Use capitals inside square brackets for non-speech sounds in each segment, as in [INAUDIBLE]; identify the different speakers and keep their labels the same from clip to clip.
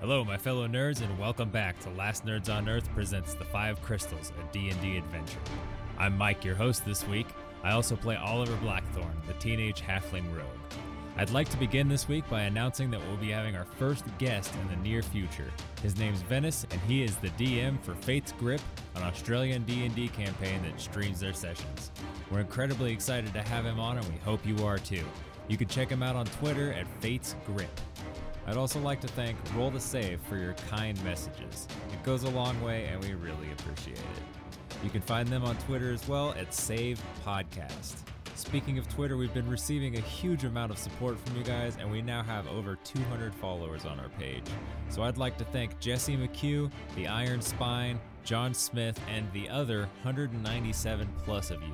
Speaker 1: Hello, my fellow nerds, and welcome back to Last Nerds on Earth presents The Five Crystals, a D&D adventure. I'm Mike, your host this week. I also play Oliver Blackthorn, the teenage halfling rogue. I'd like to begin this week by announcing that we'll be having our first guest in the near future. His name's Venice, and he is the DM for Fate's Grip, an Australian D&D campaign that streams their sessions. We're incredibly excited to have him on, and we hope you are too. You can check him out on Twitter at Fate's Grip. I'd also like to thank Roll to Save for your kind messages. It goes a long way and we really appreciate it. You can find them on Twitter as well at Save Podcast. Speaking of Twitter, we've been receiving a huge amount of support from you guys, and we now have over 200 followers on our page. So I'd like to thank Jesse McHugh, The Iron Spine, John Smith, and the other 197 plus of you.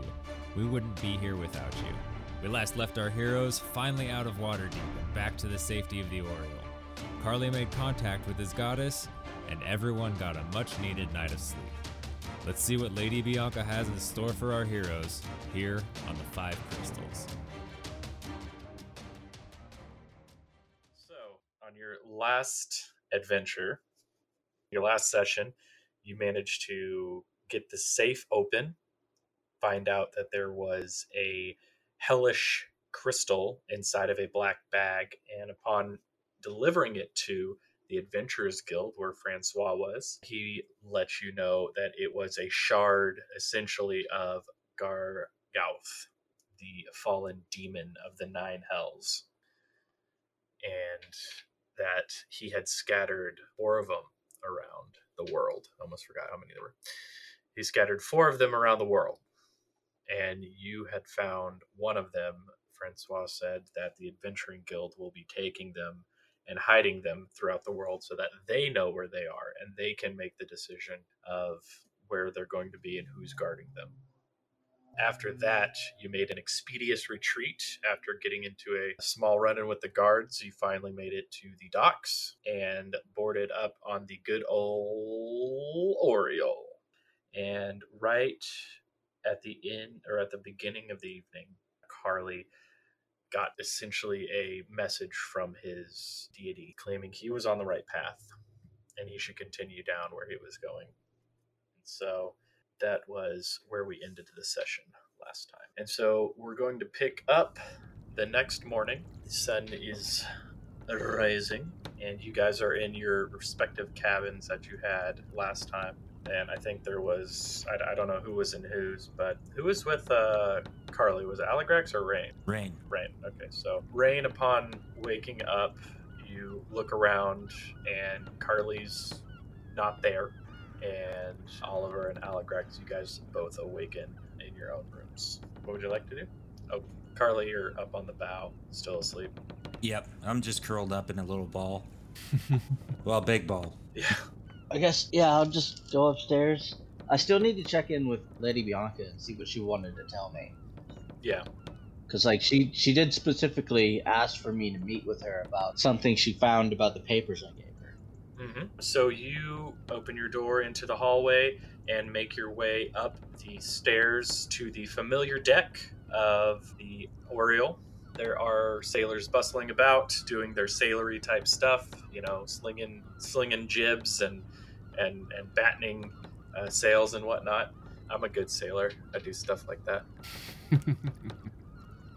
Speaker 1: We wouldn't be here without you. We last left our heroes finally out of Waterdeep and back to the safety of the Oriole. Carly made contact with his goddess, and everyone got a much needed night of sleep. Let's see what Lady Bianca has in store for our heroes here on the Five Crystals.
Speaker 2: So, on your last adventure, your last session, you managed to get the safe open, find out that there was a hellish crystal inside of a black bag, and upon delivering it to the Adventurers Guild, where Francois was, he let you know that it was a shard essentially of Gargouth, the fallen demon of the Nine Hells and that he had scattered four of them around the world. I almost forgot how many there were. He scattered four of them around the world, and you had found one of them. Francois said that the Adventuring Guild will be taking them and hiding them throughout the world so that they know where they are and they can make the decision of where they're going to be and who's guarding them. After that, you made an expeditious retreat after getting into a small run in with the guards. You finally made it to the docks and boarded up on the good old Oriole. And right at the end or at the beginning of the evening, Carly got essentially a message from his deity claiming he was on the right path and he should continue down where he was going. And so that was where we ended the session last time. And so we're going to pick up the next morning. The sun is rising, and you guys are in your respective cabins that you had last time. And I think there was, I, I don't know who was in whose, but who was with uh, Carly? Was it Allegrax or Rain?
Speaker 3: Rain.
Speaker 2: Rain. Okay, so Rain, upon waking up, you look around and Carly's not there, and Oliver and Allegrax, you guys both awaken in your own rooms. What would you like to do? Oh, Carly, you're up on the bow, still asleep. [LAUGHS]
Speaker 3: Yep, I'm just curled up in a little ball. well, big ball.
Speaker 2: Yeah.
Speaker 4: I guess yeah, I'll just go upstairs. I still need to check in with Lady Bianca and see what she wanted to tell me.
Speaker 2: Yeah.
Speaker 4: Cause like she she did specifically ask for me to meet with her about something she found about the papers I gave her.
Speaker 2: hmm So you open your door into the hallway and make your way up the stairs to the familiar deck of the Oriole. There are sailors bustling about, doing their sailory type stuff. You know, slinging slinging jibs and and and battening uh, sails and whatnot. I'm a good sailor. I do stuff like that.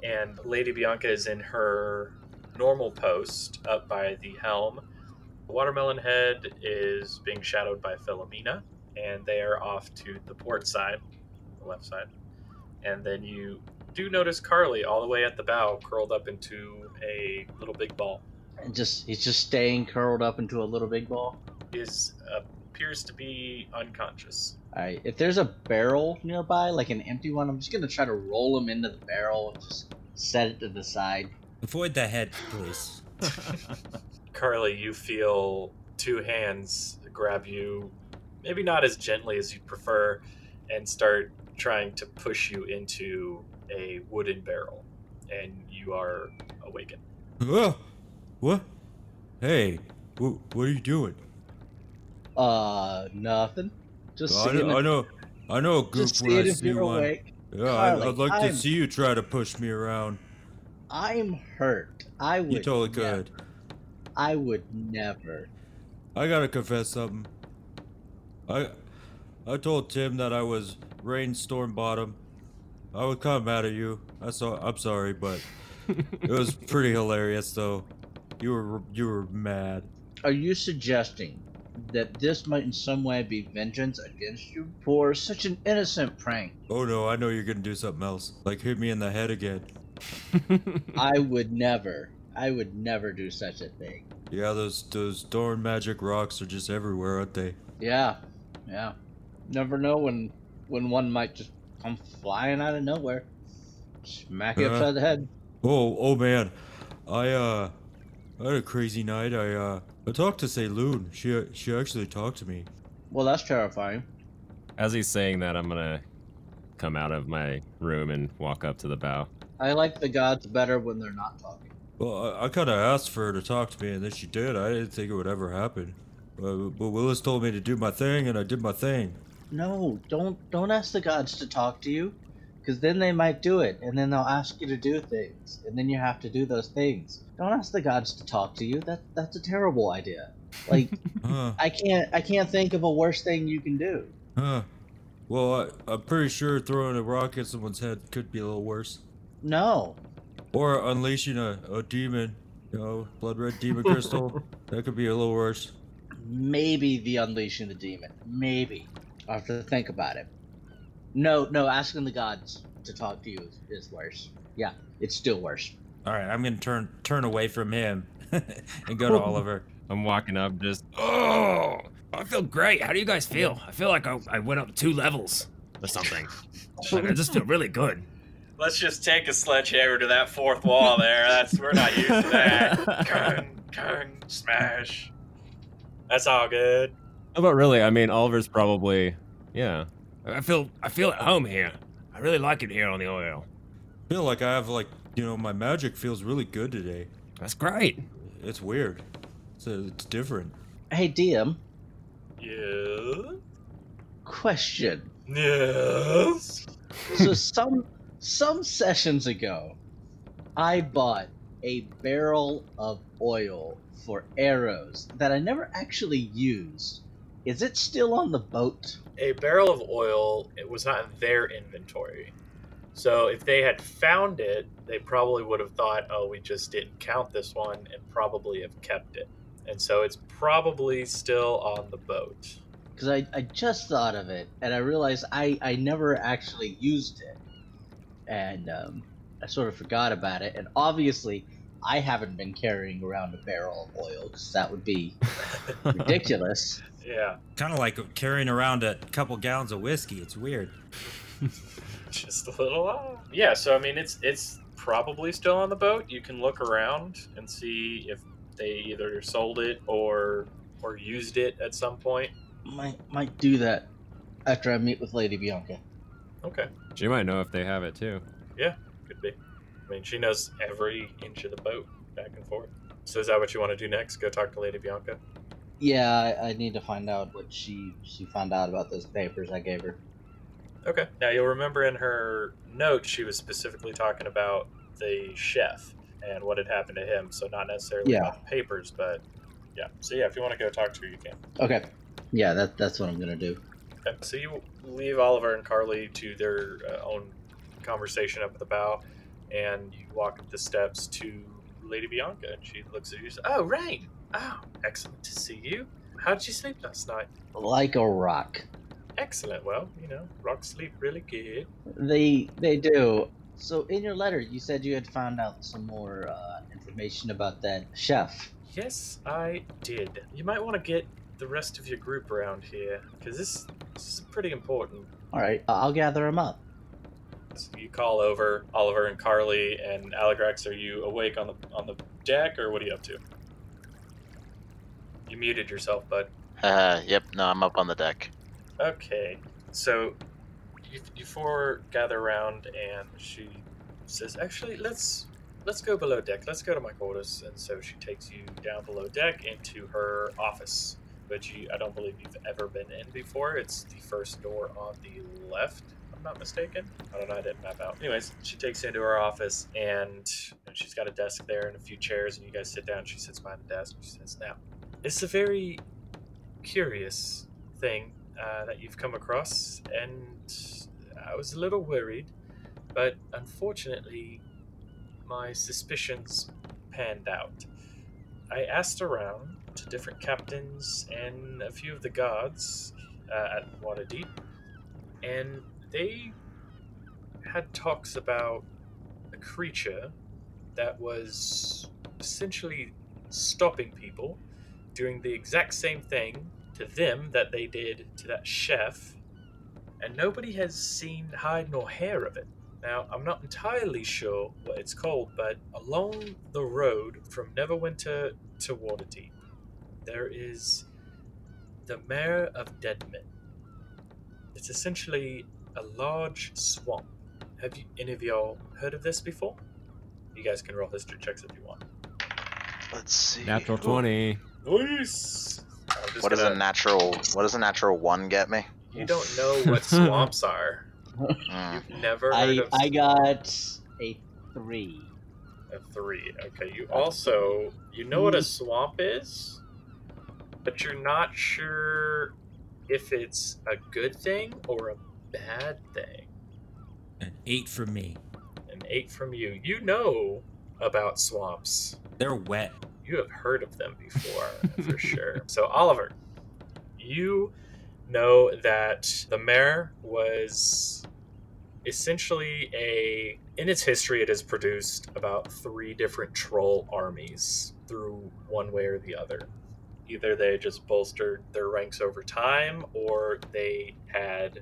Speaker 2: and Lady Bianca is in her normal post up by the helm. Watermelon Head is being shadowed by Philomena, and they are off to the port side, the left side. And then you do notice Carly all the way at the bow, curled up into a little big ball.
Speaker 4: And just he's just staying curled up into a little big ball.
Speaker 2: Is appears to be unconscious.
Speaker 4: Alright, if there's a barrel nearby, like an empty one, I'm just gonna try to roll him into the barrel and just set it to the side.
Speaker 3: Avoid the head, please.
Speaker 2: Carly, you feel two hands grab you, maybe not as gently as you'd prefer, and start trying to push you into a wooden barrel. And you are awakened.
Speaker 3: Whoa. What? Hey, wha- what are you doing?
Speaker 4: Uh nothing. Just
Speaker 3: I
Speaker 4: seeing
Speaker 3: know,
Speaker 4: if-
Speaker 3: I know, I know a group
Speaker 4: just
Speaker 3: when I
Speaker 4: seeing if
Speaker 3: see
Speaker 4: you're
Speaker 3: one.
Speaker 4: awake.
Speaker 3: Yeah, I'd,
Speaker 4: Carly,
Speaker 3: I'd like
Speaker 4: I'm-
Speaker 3: to see you try to push me around.
Speaker 4: I'm hurt. I would
Speaker 3: You totally
Speaker 4: never-
Speaker 3: could.
Speaker 4: I would never.
Speaker 3: I gotta confess something. I I told Tim that I was rainstorm bottom. I was kind of mad at you. I saw. I'm sorry, but it was pretty hilarious though. You were you were mad.
Speaker 4: Are you suggesting that this might in some way be vengeance against you for such an innocent prank?
Speaker 3: Oh no, I know you're gonna do something else. Like hit me in the head again.
Speaker 4: I would never. I would never do such a thing.
Speaker 3: Yeah, those those darn magic rocks are just everywhere, aren't they?
Speaker 4: Yeah, yeah. Never know when when one might just come flying out of nowhere, smack you
Speaker 3: Uh-huh.
Speaker 4: upside the head.
Speaker 3: Oh, oh man, I uh, I had a crazy night. I uh, I talked to Saloon. She she actually talked to me.
Speaker 4: Well, that's terrifying.
Speaker 1: [LAUGHS] As he's saying that, I'm gonna come out of my room and walk up to the bow.
Speaker 4: I like the gods better when they're not talking.
Speaker 3: Well, I, I kind of asked for her to talk to me, and then she did. I didn't think it would ever happen. Uh, but Willis told me to do my thing, and I did my thing.
Speaker 4: No, don't don't ask the gods to talk to you, because then they might do it, and then they'll ask you to do things, and then you have to do those things. Don't ask the gods to talk to you. That that's a terrible idea. Like
Speaker 3: Huh?
Speaker 4: I can't I can't think of a worse thing you can do.
Speaker 3: Huh? Well, I, I'm pretty sure throwing a rock at someone's head could be a little worse,
Speaker 4: No,
Speaker 3: or unleashing a, a demon. You know, blood red demon crystal. That could be a little worse.
Speaker 4: maybe the unleashing the demon. Maybe I have to think about it. No, no, asking the gods to talk to you is, is worse. Yeah, it's still worse.
Speaker 3: All right, I'm gonna turn turn away from him [LAUGHS] and go to Oliver.
Speaker 1: I'm walking up, just
Speaker 5: Oh, I feel great. How do you guys feel? I feel like I, Oh, I went up two levels or something. Like, I just feel really good.
Speaker 2: Let's just take a sledgehammer to that fourth wall there. That's we're not used to that. Kung, kung, smash. That's all good.
Speaker 1: No, but really, I mean, Oliver's probably, yeah.
Speaker 5: I feel I feel at home here. I really like it here on the oil.
Speaker 3: feel like I have like you know my magic feels really good today.
Speaker 5: That's great.
Speaker 3: It's weird. It's, it's different.
Speaker 4: Hey DM,
Speaker 2: Yeah.
Speaker 4: question.
Speaker 2: Yes.
Speaker 4: so some some sessions ago, I bought a barrel of oil for arrows that I never actually used. Is it still on the boat?
Speaker 2: A barrel of oil. It was not in their inventory. So if they had found it, they probably would have thought, "Oh, we just didn't count this one," and probably have kept it. And so it's probably still on the boat.
Speaker 4: Because I, I just thought of it and I realized I, I never actually used it. And um, I sort of forgot about it. And obviously, I haven't been carrying around a barrel of oil because that would be ridiculous.
Speaker 2: Yeah. [LAUGHS]
Speaker 3: Kind of like carrying around a couple gallons of whiskey. It's weird.
Speaker 2: just a little off. Yeah, so I mean, it's it's probably still on the boat. You can look around and see if they either sold it or or used it at some point.
Speaker 4: might, might do that after I meet with Lady Bianca.
Speaker 2: Okay,
Speaker 1: She might know if they have it too.
Speaker 2: could be. I mean, she knows every inch of the boat back and forth. So is that what you want to do next? Go talk to Lady Bianca.
Speaker 4: Yeah, I, I need to find out what she she found out about those papers I gave her.
Speaker 2: Okay. Now you'll remember in her note she was specifically talking about the chef and what had happened to him. So not necessarily about the papers, but yeah. So yeah, if you want to go talk to her, you can.
Speaker 4: Okay. Yeah, that that's what I'm gonna do.
Speaker 2: Okay, So you leave Oliver and Carly to their uh, own conversation up at the bow, and you walk up the steps to Lady Bianca, and she looks at you and says, "Oh, right. Oh, excellent to see you. How did you sleep last night?
Speaker 4: Like a rock.
Speaker 2: Excellent. Well, you know, rock sleep really good.
Speaker 4: They they do. So in your letter, you said you had found out some more uh, information about that chef.
Speaker 2: Yes, I did. You might want to get the rest of your group around here because this, this is pretty important."
Speaker 4: All right, I- I'll gather him up.
Speaker 2: So you call over Oliver and Carly and Alagrax. Are you awake on the on the deck, or what are you up to? You muted yourself, bud.
Speaker 6: Uh, yep. No, I'm up on the deck.
Speaker 2: Okay, so you, you four gather around, and she says, "Actually, let's let's go below deck. Let's go to my quarters." And so she takes you down below deck into her office, which you, I don't believe you've ever been in before. It's the first door on the left. if I'm not mistaken. I don't know. I didn't map out. Anyways, she takes you into her office, and, and she's got a desk there and a few chairs, and you guys sit down. She sits behind the desk. And she says, "Now, it's a very curious thing uh, that you've come across, and I was a little worried, but unfortunately, my suspicions panned out. I asked around to different captains and a few of the guards uh, at Waterdeep, and they had talks about a creature that was essentially stopping people doing the exact same thing to them that they did to that chef, and nobody has seen hide nor hair of it. Now, I'm not entirely sure what it's called, but along the road from Neverwinter to Waterdeep, there is the Mare of Deadmen. It's essentially a large swamp. Have you, any of y'all heard of this before? You guys can roll history checks if you want.
Speaker 6: Let's see.
Speaker 1: Natural 20.
Speaker 2: Nice. I'm just
Speaker 6: What does a
Speaker 2: gonna-
Speaker 6: natural What does a natural one get me?
Speaker 2: You don't know
Speaker 6: [LAUGHS]
Speaker 2: what swamps are.
Speaker 6: Mm.
Speaker 2: You've never heard
Speaker 4: I
Speaker 2: of
Speaker 4: I got a three.
Speaker 2: a three. Okay, you also you know what a swamp is, but you're not sure if it's a good thing or a bad thing.
Speaker 7: An eight for me.
Speaker 2: An eight from you. You know about swamps.
Speaker 7: They're wet.
Speaker 2: You have heard of them before, for sure. So, Oliver, you know that the mayor was essentially a. In its history, it has produced about three different troll armies through one way or the other. Either they just bolstered their ranks over time, or they had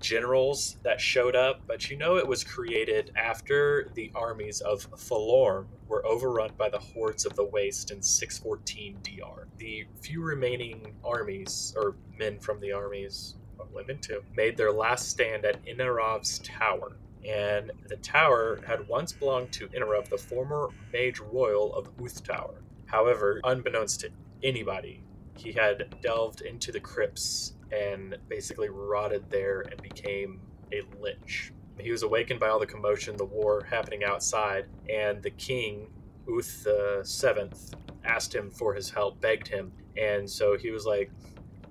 Speaker 2: generals that showed up, but you know it was created after the armies of Falorm were overrun by the hordes of the Waste in 614 DR. The few remaining armies, or men from the armies, or women too, made their last stand at Inarov's Tower. And the tower had once belonged to Inarov, the former Mage Royal of Uth Tower. However, unbeknownst to anybody, he had delved into the crypts and basically rotted there and became a lich. He was awakened by all the commotion, the war happening outside, and the king, Uth the Seventh, asked him for his help, begged him, and so he was like,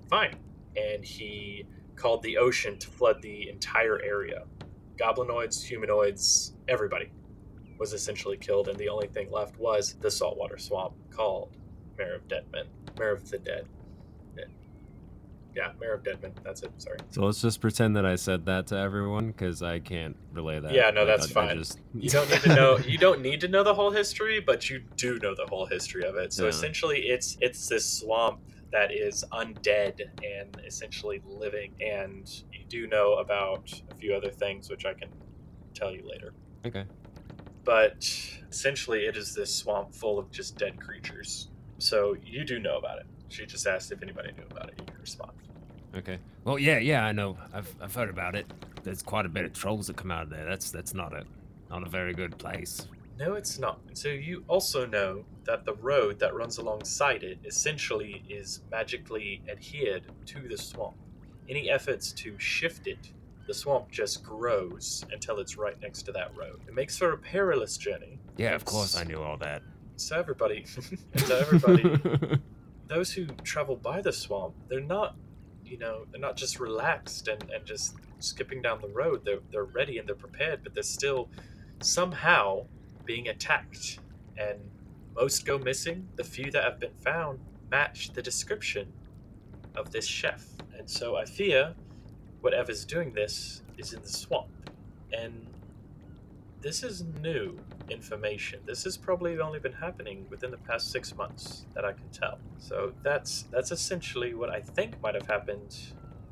Speaker 2: "Fine," and he called the ocean to flood the entire area. Goblinoids, humanoids, everybody was essentially killed, and the only thing left was the saltwater swamp called Mare of Deadmen, Mare of the Dead. Yeah, Mare of Deadmen. That's it.
Speaker 1: [LAUGHS]
Speaker 2: Sorry.
Speaker 1: So let's just pretend that I said that to everyone because I can't relay that.
Speaker 2: Yeah, no,
Speaker 1: I-
Speaker 2: that's
Speaker 1: I- I
Speaker 2: fine.
Speaker 1: just-
Speaker 2: You don't need to
Speaker 1: [LAUGHS]
Speaker 2: know. You don't need to know the whole history, but you do know the whole history of it. So
Speaker 1: Yeah.
Speaker 2: essentially, it's it's this swamp that is undead and essentially living, and you do know about a few other things, which I can tell you later.
Speaker 1: okay.
Speaker 2: But essentially, it is this swamp full of just dead creatures. So you do know about it. She just asked if anybody knew about it. You can respond.
Speaker 1: Okay.
Speaker 8: Well, yeah, yeah, I know. I've, I've heard about it. There's quite a bit of trolls that come out of there. That's that's not a not a very good place.
Speaker 2: No, it's not. And so you also know that the road that runs alongside it essentially is magically adhered to the swamp. Any efforts to shift it, the swamp just grows until it's right next to that road. It makes for a perilous journey.
Speaker 8: Yeah, of course I knew all that.
Speaker 2: So everybody, [LAUGHS] so
Speaker 1: [LAUGHS]
Speaker 2: everybody, those who travel by the swamp, they're not, you know, they're not just relaxed and, and just skipping down the road. They're, they're ready and they're prepared, but they're still somehow being attacked. And most go missing. The few that have been found match the description of this chef. And so I fear whatever's doing this is in the swamp. And this is new information. This has probably only been happening within the past six months that I can tell. So that's that's essentially what I think might have happened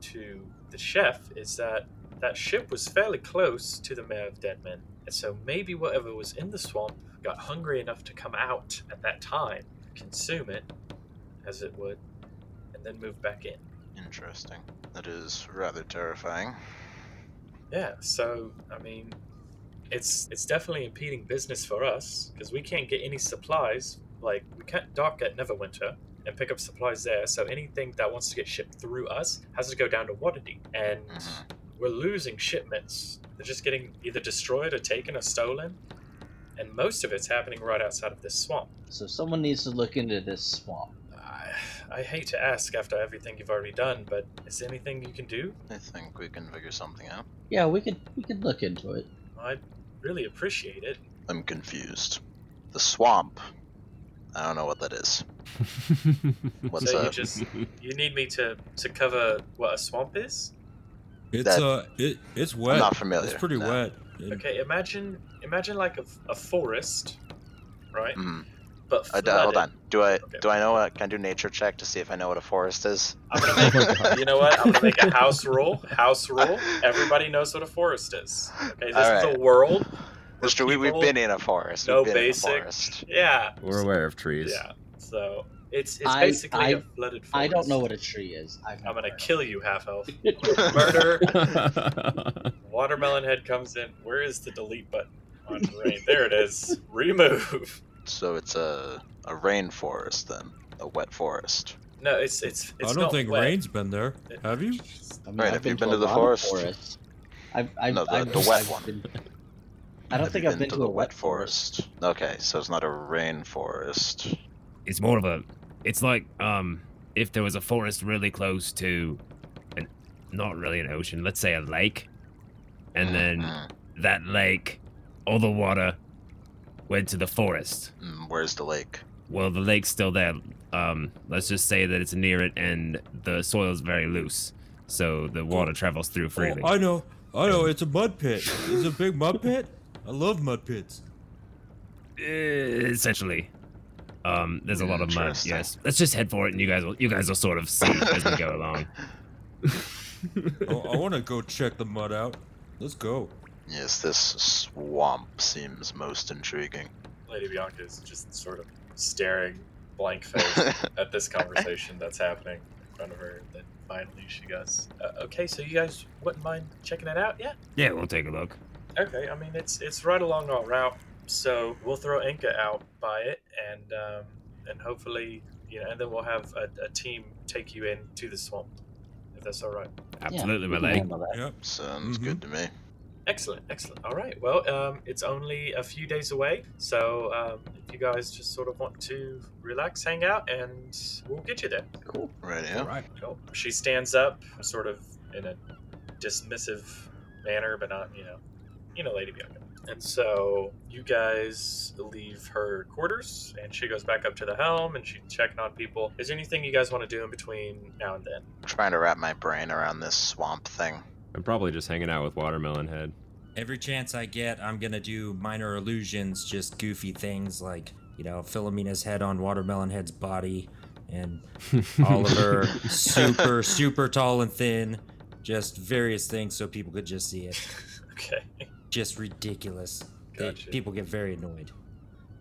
Speaker 2: to the chef is that that ship was fairly close to the Mare of Deadmen, and so maybe whatever was in the swamp got hungry enough to come out at that time, consume it, as it would, and then move back in.
Speaker 6: Interesting. That is rather terrifying.
Speaker 2: Yeah, so I mean, it's it's definitely impeding business for us because we can't get any supplies. Like we can't dock at Neverwinter and pick up supplies there. So anything that wants to get shipped through us has to go down to Waterdeep, and
Speaker 6: Mhm.
Speaker 2: we're losing shipments. They're just getting either destroyed or taken or stolen, and most of it's happening right outside of this swamp.
Speaker 4: So someone needs to look into this swamp.
Speaker 2: I, I hate to ask after everything you've already done, but is there anything you can do?
Speaker 6: I think we can figure something out.
Speaker 4: Yeah, we could we could look into it.
Speaker 2: I'd really appreciate it.
Speaker 6: I'm confused. The swamp. I don't know what that is.
Speaker 2: [LAUGHS]
Speaker 6: What's
Speaker 2: so you
Speaker 6: that?
Speaker 2: just you need me to to cover what a swamp is?
Speaker 7: It's
Speaker 6: That-
Speaker 7: uh, it it's wet.
Speaker 6: I'm not familiar.
Speaker 7: It's pretty
Speaker 6: no.
Speaker 7: wet.
Speaker 3: Mm.
Speaker 7: and
Speaker 2: Okay, imagine imagine like a, a forest, right?
Speaker 6: Mm.
Speaker 2: But
Speaker 6: I d- hold
Speaker 2: flooded.
Speaker 6: on. Do I
Speaker 2: Okay.
Speaker 6: do I know what? Can I do nature check to see if I know what a forest is?
Speaker 2: I'm gonna make, you know what? I'm gonna make a house rule. House rule. Everybody knows what a forest is. Okay, this is
Speaker 6: Alright.
Speaker 2: a world. where
Speaker 6: It's true. We, we've
Speaker 2: people-
Speaker 6: been in a forest.
Speaker 2: no
Speaker 6: we've been in
Speaker 2: basic-
Speaker 6: a forest.
Speaker 2: Yeah.
Speaker 1: We're aware of trees.
Speaker 2: Yeah. So it's it's
Speaker 4: I-
Speaker 2: basically a
Speaker 4: I-
Speaker 2: flooded forest.
Speaker 4: I don't know what a tree is. I've
Speaker 2: I'm gonna
Speaker 4: [LAUGHS] never-
Speaker 2: kill you, half elf.
Speaker 6: [LAUGHS]
Speaker 2: Murder.
Speaker 1: [LAUGHS]
Speaker 2: Watermelon head comes in. Where is the delete button on terrain? There it
Speaker 4: [LAUGHS]
Speaker 2: is. Remove.
Speaker 6: So it's a a rainforest then, a wet forest.
Speaker 2: No, it's it's. it's
Speaker 7: I
Speaker 2: not
Speaker 7: don't think
Speaker 2: wet.
Speaker 7: rain's been there. Have you?
Speaker 4: I mean,
Speaker 6: Right,
Speaker 4: I've
Speaker 6: have you been
Speaker 4: a
Speaker 6: to the
Speaker 4: lot of
Speaker 6: forest?
Speaker 4: forests. I've, I've,
Speaker 6: No, the-
Speaker 4: I've,
Speaker 6: the wet
Speaker 4: I've
Speaker 6: one.
Speaker 4: [LAUGHS] been- I don't
Speaker 6: Have
Speaker 4: think
Speaker 6: you
Speaker 4: I've been to,
Speaker 6: the
Speaker 4: a wet forest.
Speaker 6: Okay, so it's not a rainforest.
Speaker 8: It's more of a. It's like um, if there was a forest really close to, an, not really an ocean. Let's say a lake, and then
Speaker 6: Mm,
Speaker 8: that lake, all the water, went to the forest.
Speaker 6: mm, where's the lake?
Speaker 8: Well, the lake's still there. Um, let's just say that it's near it, and the soil's very loose, so the water travels through
Speaker 7: Oh,
Speaker 8: freely.
Speaker 7: I know. I know. It's a mud pit. It's a big mud pit. I love mud pits.
Speaker 8: Eh, essentially. Um, there's a lot of mud.
Speaker 6: Interesting.
Speaker 8: Yes, let's just head for it, and you guys will you guys will sort of see as we go along.
Speaker 7: I, I want to go check the mud out. Let's go.
Speaker 6: Yes, this swamp seems
Speaker 4: [LAUGHS]
Speaker 6: most intriguing.
Speaker 2: Lady Bianca is just sort of staring blank faced at this conversation that's happening in front of her. Then finally she goes, uh, "Okay, so you guys wouldn't mind checking it out, yeah?
Speaker 8: Yeah, we'll take a look.
Speaker 2: Okay, I mean it's it's right along our route, so we'll throw Inca out by it, and um, and hopefully you know, and then we'll have a, a team take you in to the swamp, if that's all right.
Speaker 8: Absolutely, my
Speaker 4: we can
Speaker 8: lady.
Speaker 4: handle that.
Speaker 7: Yeah.
Speaker 6: Sounds
Speaker 7: Mhm.
Speaker 6: good
Speaker 4: Mm-hmm.
Speaker 6: to me.
Speaker 2: Excellent, excellent. All right. Well, um, it's only a few days away, so um, if you guys just sort of want to relax, hang out, and we'll get you there.
Speaker 4: Cool.
Speaker 6: Right here.
Speaker 7: Right.
Speaker 2: Cool. She stands up, sort of in a dismissive manner, but not, you know, you know, Lady Bianca. And so you guys leave her quarters, and she goes back up to the helm, and she's checking on people. Is there anything you guys want to do in between now and then? [LAUGHS]
Speaker 6: Trying to wrap my brain around this swamp thing.
Speaker 1: I'm probably just hanging out with
Speaker 8: [LAUGHS]
Speaker 1: Watermelon Head.
Speaker 3: Every chance I get, I'm gonna do minor illusions, just goofy things like, you know, Philomena's head on Watermelon Head's body, and Oliver super, super tall and thin, just various things so people could just see it.
Speaker 2: Okay.
Speaker 3: Just ridiculous. They-
Speaker 2: Gotcha.
Speaker 3: people get very annoyed.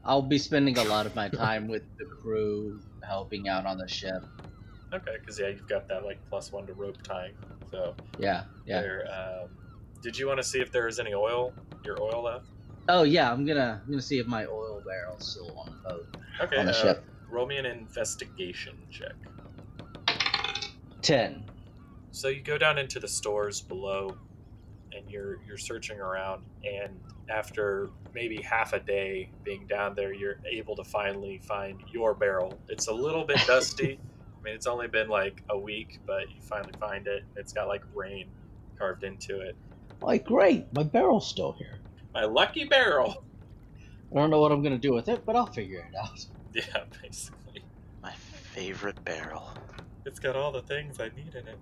Speaker 4: I'll be spending a lot of my time with the crew, helping out on the ship.
Speaker 2: Okay, because yeah, you've got that like plus one to rope tying. So
Speaker 4: Yeah, yeah.
Speaker 2: there. Um, did you want to see if there is any oil? Your oil left?
Speaker 4: Oh yeah, I'm gonna I'm gonna see if my oil barrel's still on the boat
Speaker 2: Okay.
Speaker 4: on the
Speaker 2: uh,
Speaker 4: ship.
Speaker 2: Roll me an investigation check.
Speaker 4: Ten.
Speaker 2: So you go down into the stores below, and you're you're searching around. And after maybe half a day being down there, you're able to finally find your barrel. It's a little
Speaker 4: [LAUGHS]
Speaker 2: bit dusty. I mean, it's only been like a week, but you finally find it. It's got like rain carved into it.
Speaker 4: Like great, my barrel's still here.
Speaker 2: My lucky barrel. [LAUGHS]
Speaker 4: I don't know what I'm gonna do with it, but I'll figure it out. [LAUGHS]
Speaker 2: Yeah, basically,
Speaker 6: My favorite barrel.
Speaker 2: it's got all the things I need in it.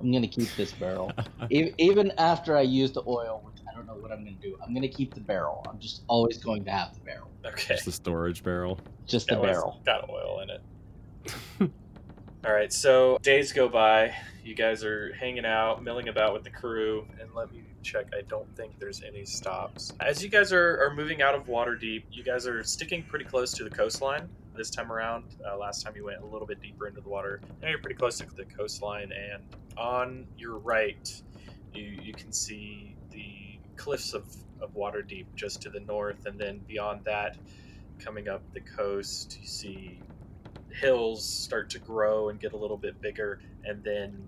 Speaker 4: I'm gonna keep this barrel. E- Even after I use the oil, which I don't know what I'm gonna do, I'm gonna keep the barrel. I'm just always going to have the barrel.
Speaker 2: Okay.
Speaker 1: Just the storage barrel.
Speaker 4: Just
Speaker 2: It
Speaker 4: the
Speaker 2: was-
Speaker 4: barrel.
Speaker 2: Got oil in it. [LAUGHS] All right, so days go by. You guys are hanging out, milling about with the crew, and let me check. I don't think there's any stops. As you guys are, are moving out of Waterdeep, you guys are sticking pretty close to the coastline this time around. Uh, last time you went a little bit deeper into the water. Now you're pretty close to the coastline, and on your right, you, you can see the cliffs of, of Waterdeep just to the north, and then beyond that, coming up the coast, you see hills start to grow and get a little bit bigger, and then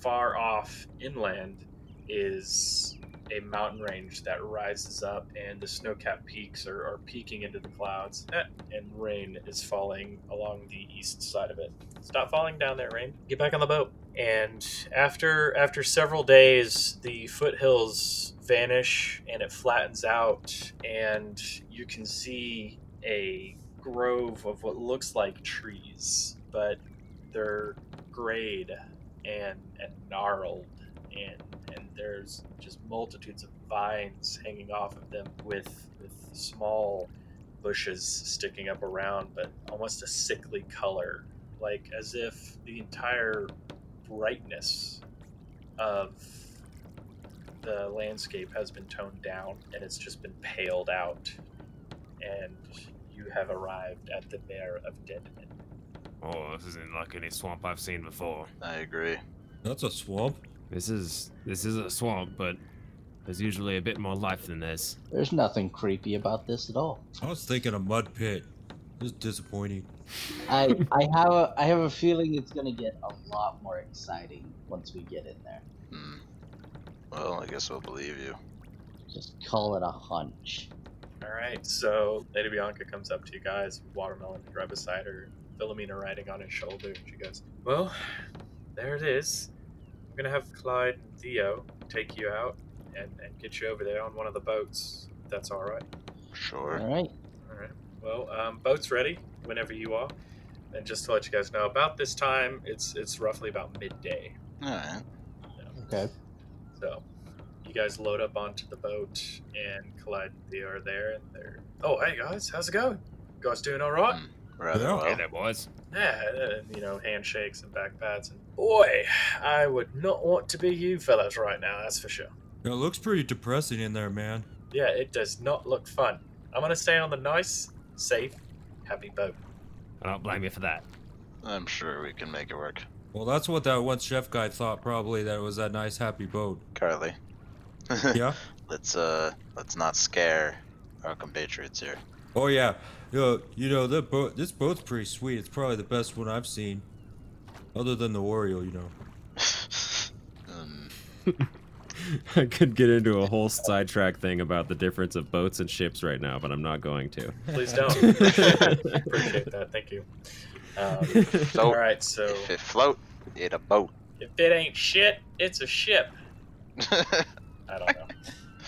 Speaker 2: far off inland is a mountain range that rises up, and the snow-capped peaks are, are peeking into the clouds, eh, and rain is falling along the east side of it. Stop falling down that rain. Get back on the boat. And after after several days, the foothills vanish, and it flattens out, and you can see a grove of what looks like trees, but they're grayed and, and gnarled and and there's just multitudes of vines hanging off of them with with small bushes sticking up around but almost a sickly color like as if the entire brightness of the landscape has been toned down and it's just been paled out and you have arrived at the mare of Deadman.
Speaker 8: Oh, this isn't like any swamp I've seen before.
Speaker 6: I agree.
Speaker 7: That's a swamp.
Speaker 8: This is this is a swamp, but there's usually a bit more life than this.
Speaker 4: There's nothing creepy about this at all.
Speaker 7: I was thinking a mud pit. This is disappointing.
Speaker 4: [LAUGHS] I I have a I have a feeling it's gonna get a lot more exciting once we get in there.
Speaker 6: Hmm. Well, I guess I'll believe you.
Speaker 4: Just call it a hunch.
Speaker 2: All right, so Lady Bianca comes up to you guys, Watermelon and right beside her, Philomena riding on his shoulder, and she goes, "Well, there it is. I'm gonna have Clyde and Theo take you out and, and get you over there on one of the boats. If that's all right.
Speaker 6: Sure.
Speaker 4: All right.
Speaker 2: All right. Well, um, boat's ready whenever you are. And just to let you guys know, about this time, it's it's roughly about midday.
Speaker 6: All right.
Speaker 4: Okay.
Speaker 2: So you guys load up onto the boat, and Clyde and Theo are there, and they're, oh, hey guys, how's it going? You guys doing all right?
Speaker 6: Rather
Speaker 7: Yeah.
Speaker 8: Hey
Speaker 6: well.
Speaker 8: there, boys.
Speaker 2: Yeah, and, you know, handshakes and back pats. And boy, I would not want to be you fellas right now, that's for sure.
Speaker 7: It looks pretty depressing in there, man.
Speaker 2: Yeah, it does not look fun. I'm going to stay on the nice, safe, happy boat.
Speaker 8: I don't blame you for that.
Speaker 6: I'm sure we can make it work.
Speaker 7: Well, that's what that one chef guy thought, probably, that it was that nice, happy boat.
Speaker 6: Carly.
Speaker 7: Yeah?
Speaker 6: [LAUGHS] Let's uh let's not scare our compatriots here. [LAUGHS]
Speaker 7: Oh, yeah. Yo, you know, that boat, this boat's pretty sweet. It's probably the best one I've seen. Other than the Oriole, you know.
Speaker 6: um,
Speaker 1: [LAUGHS] I could get into a whole sidetrack thing about the difference of boats and ships right now, but I'm not going to.
Speaker 2: Please don't. Appreciate it. Appreciate that. Thank you. Um, all
Speaker 6: so
Speaker 2: right,
Speaker 6: [LAUGHS]
Speaker 2: so
Speaker 6: if it float, it a boat. [LAUGHS]
Speaker 2: if it ain't shit, it's a ship.
Speaker 6: Oh,
Speaker 2: I don't know.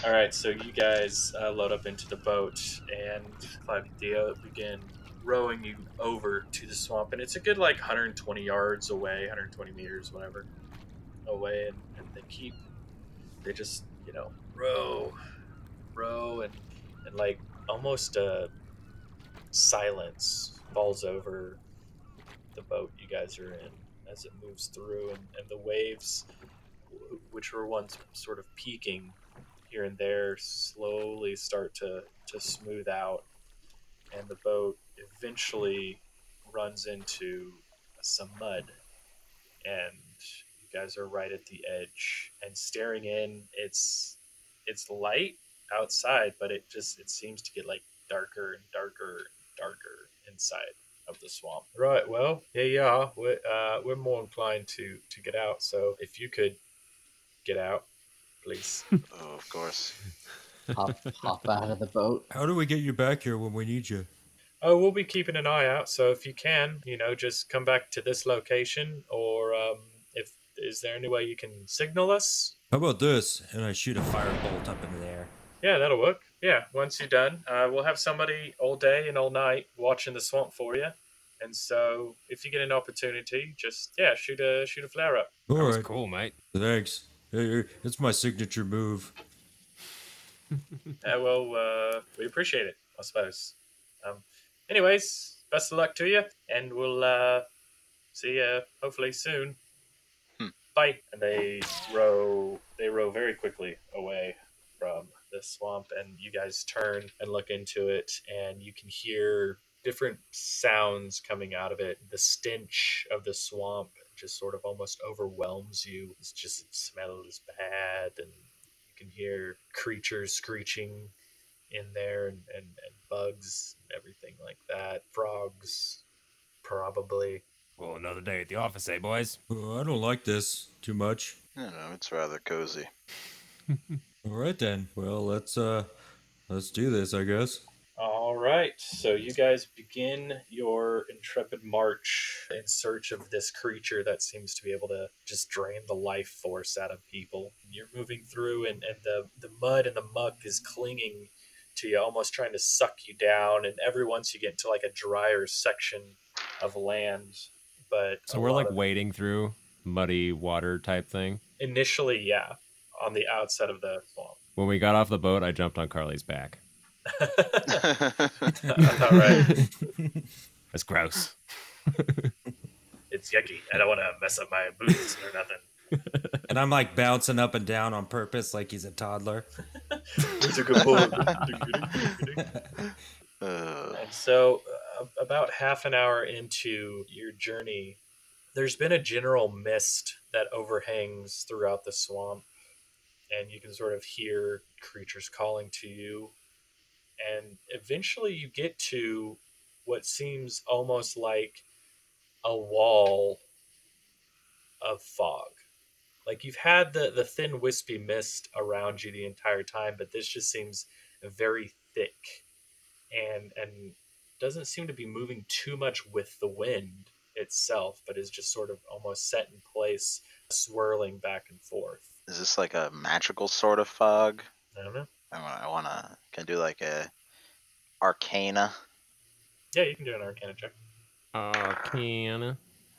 Speaker 2: All right, so you guys uh, load up into the boat, and Clive and Theo begin rowing you over to the swamp, and it's a good like 120 yards away, 120 meters, whatever, away, and, and they keep, they just you know row, row, and and like almost a silence falls over the boat you guys are in as it moves through, and, and the waves w- which were once sort of peaking here and there slowly start to, to smooth out and the boat eventually runs into some mud and you guys are right at the edge and staring in it's it's light outside but it just it seems to get like darker and darker and darker inside of the swamp. Right. Well, here you are. We're uh, we're more inclined to to get out. So if you could get out, please. [LAUGHS]
Speaker 6: oh, of course.
Speaker 4: Hop hop out of the boat.
Speaker 7: How do we get you back here when we need you?
Speaker 2: oh, we'll be keeping an eye out. So if you can, you know, just come back to this location, or um, if is there any way you can signal us?
Speaker 7: How about this?
Speaker 3: And I shoot a firebolt up in the air.
Speaker 2: Yeah, that'll work. Yeah, once you're done, uh, we'll have somebody all day and all night watching the swamp for you. And so, if you get an opportunity, just yeah, shoot a shoot a flare up.
Speaker 7: All
Speaker 8: That was
Speaker 7: right.
Speaker 8: cool, mate.
Speaker 7: Thanks. Hey, It's my signature move.
Speaker 2: [LAUGHS] Yeah, well, uh, we appreciate it, I suppose. Um, anyways, best of luck to you, and we'll uh, see you hopefully soon.
Speaker 6: Hmm.
Speaker 2: Bye. And they row, they row very quickly away from the swamp, and you guys turn and look into it, and you can hear different sounds coming out of it. The stench of the swamp just sort of almost overwhelms you. It's just it smells bad, and you can hear creatures screeching in there and, and, and bugs and everything like that. Frogs, probably.
Speaker 8: Well, another day at the office, eh, boys?
Speaker 7: Oh, I don't like this too much.
Speaker 6: You know, it's rather cozy. [LAUGHS]
Speaker 7: Well, All right then. Well, let's uh, let's do this. I guess.
Speaker 2: All right, so you guys begin your intrepid march in search of this creature that seems to be able to just drain the life force out of people. You're moving through, and, and the, the mud and the muck is clinging to you, almost trying to suck you down. And every once you get into like a drier section of land, but
Speaker 1: So
Speaker 2: a
Speaker 1: we're
Speaker 2: lot
Speaker 1: like
Speaker 2: of-
Speaker 1: wading through muddy water type thing.
Speaker 2: initially, yeah, on the outside of the swamp.
Speaker 1: When we got off the boat, I jumped on Carly's back.
Speaker 2: All right,
Speaker 8: That's gross.
Speaker 2: it's yucky. I don't want to mess up my boots or nothing.
Speaker 3: And I'm like bouncing up and down on purpose like he's a toddler.
Speaker 2: It's a good boy.
Speaker 6: Uh,
Speaker 2: And so, uh, about half an hour into your journey, there's been a general mist that overhangs throughout the swamp, and you can sort of hear creatures calling to you. And eventually, you get to what seems almost like a wall of fog. Like you've had the, the thin, wispy mist around you the entire time, but this just seems very thick and and doesn't seem to be moving too much with the wind itself, but is just sort of almost set in place, swirling back and forth.
Speaker 6: is this like a magical sort of fog?
Speaker 2: I don't know.
Speaker 6: I wanna, I wanna can I do like a arcana.
Speaker 2: Yeah, you can do an Arcana check.
Speaker 1: Arcana.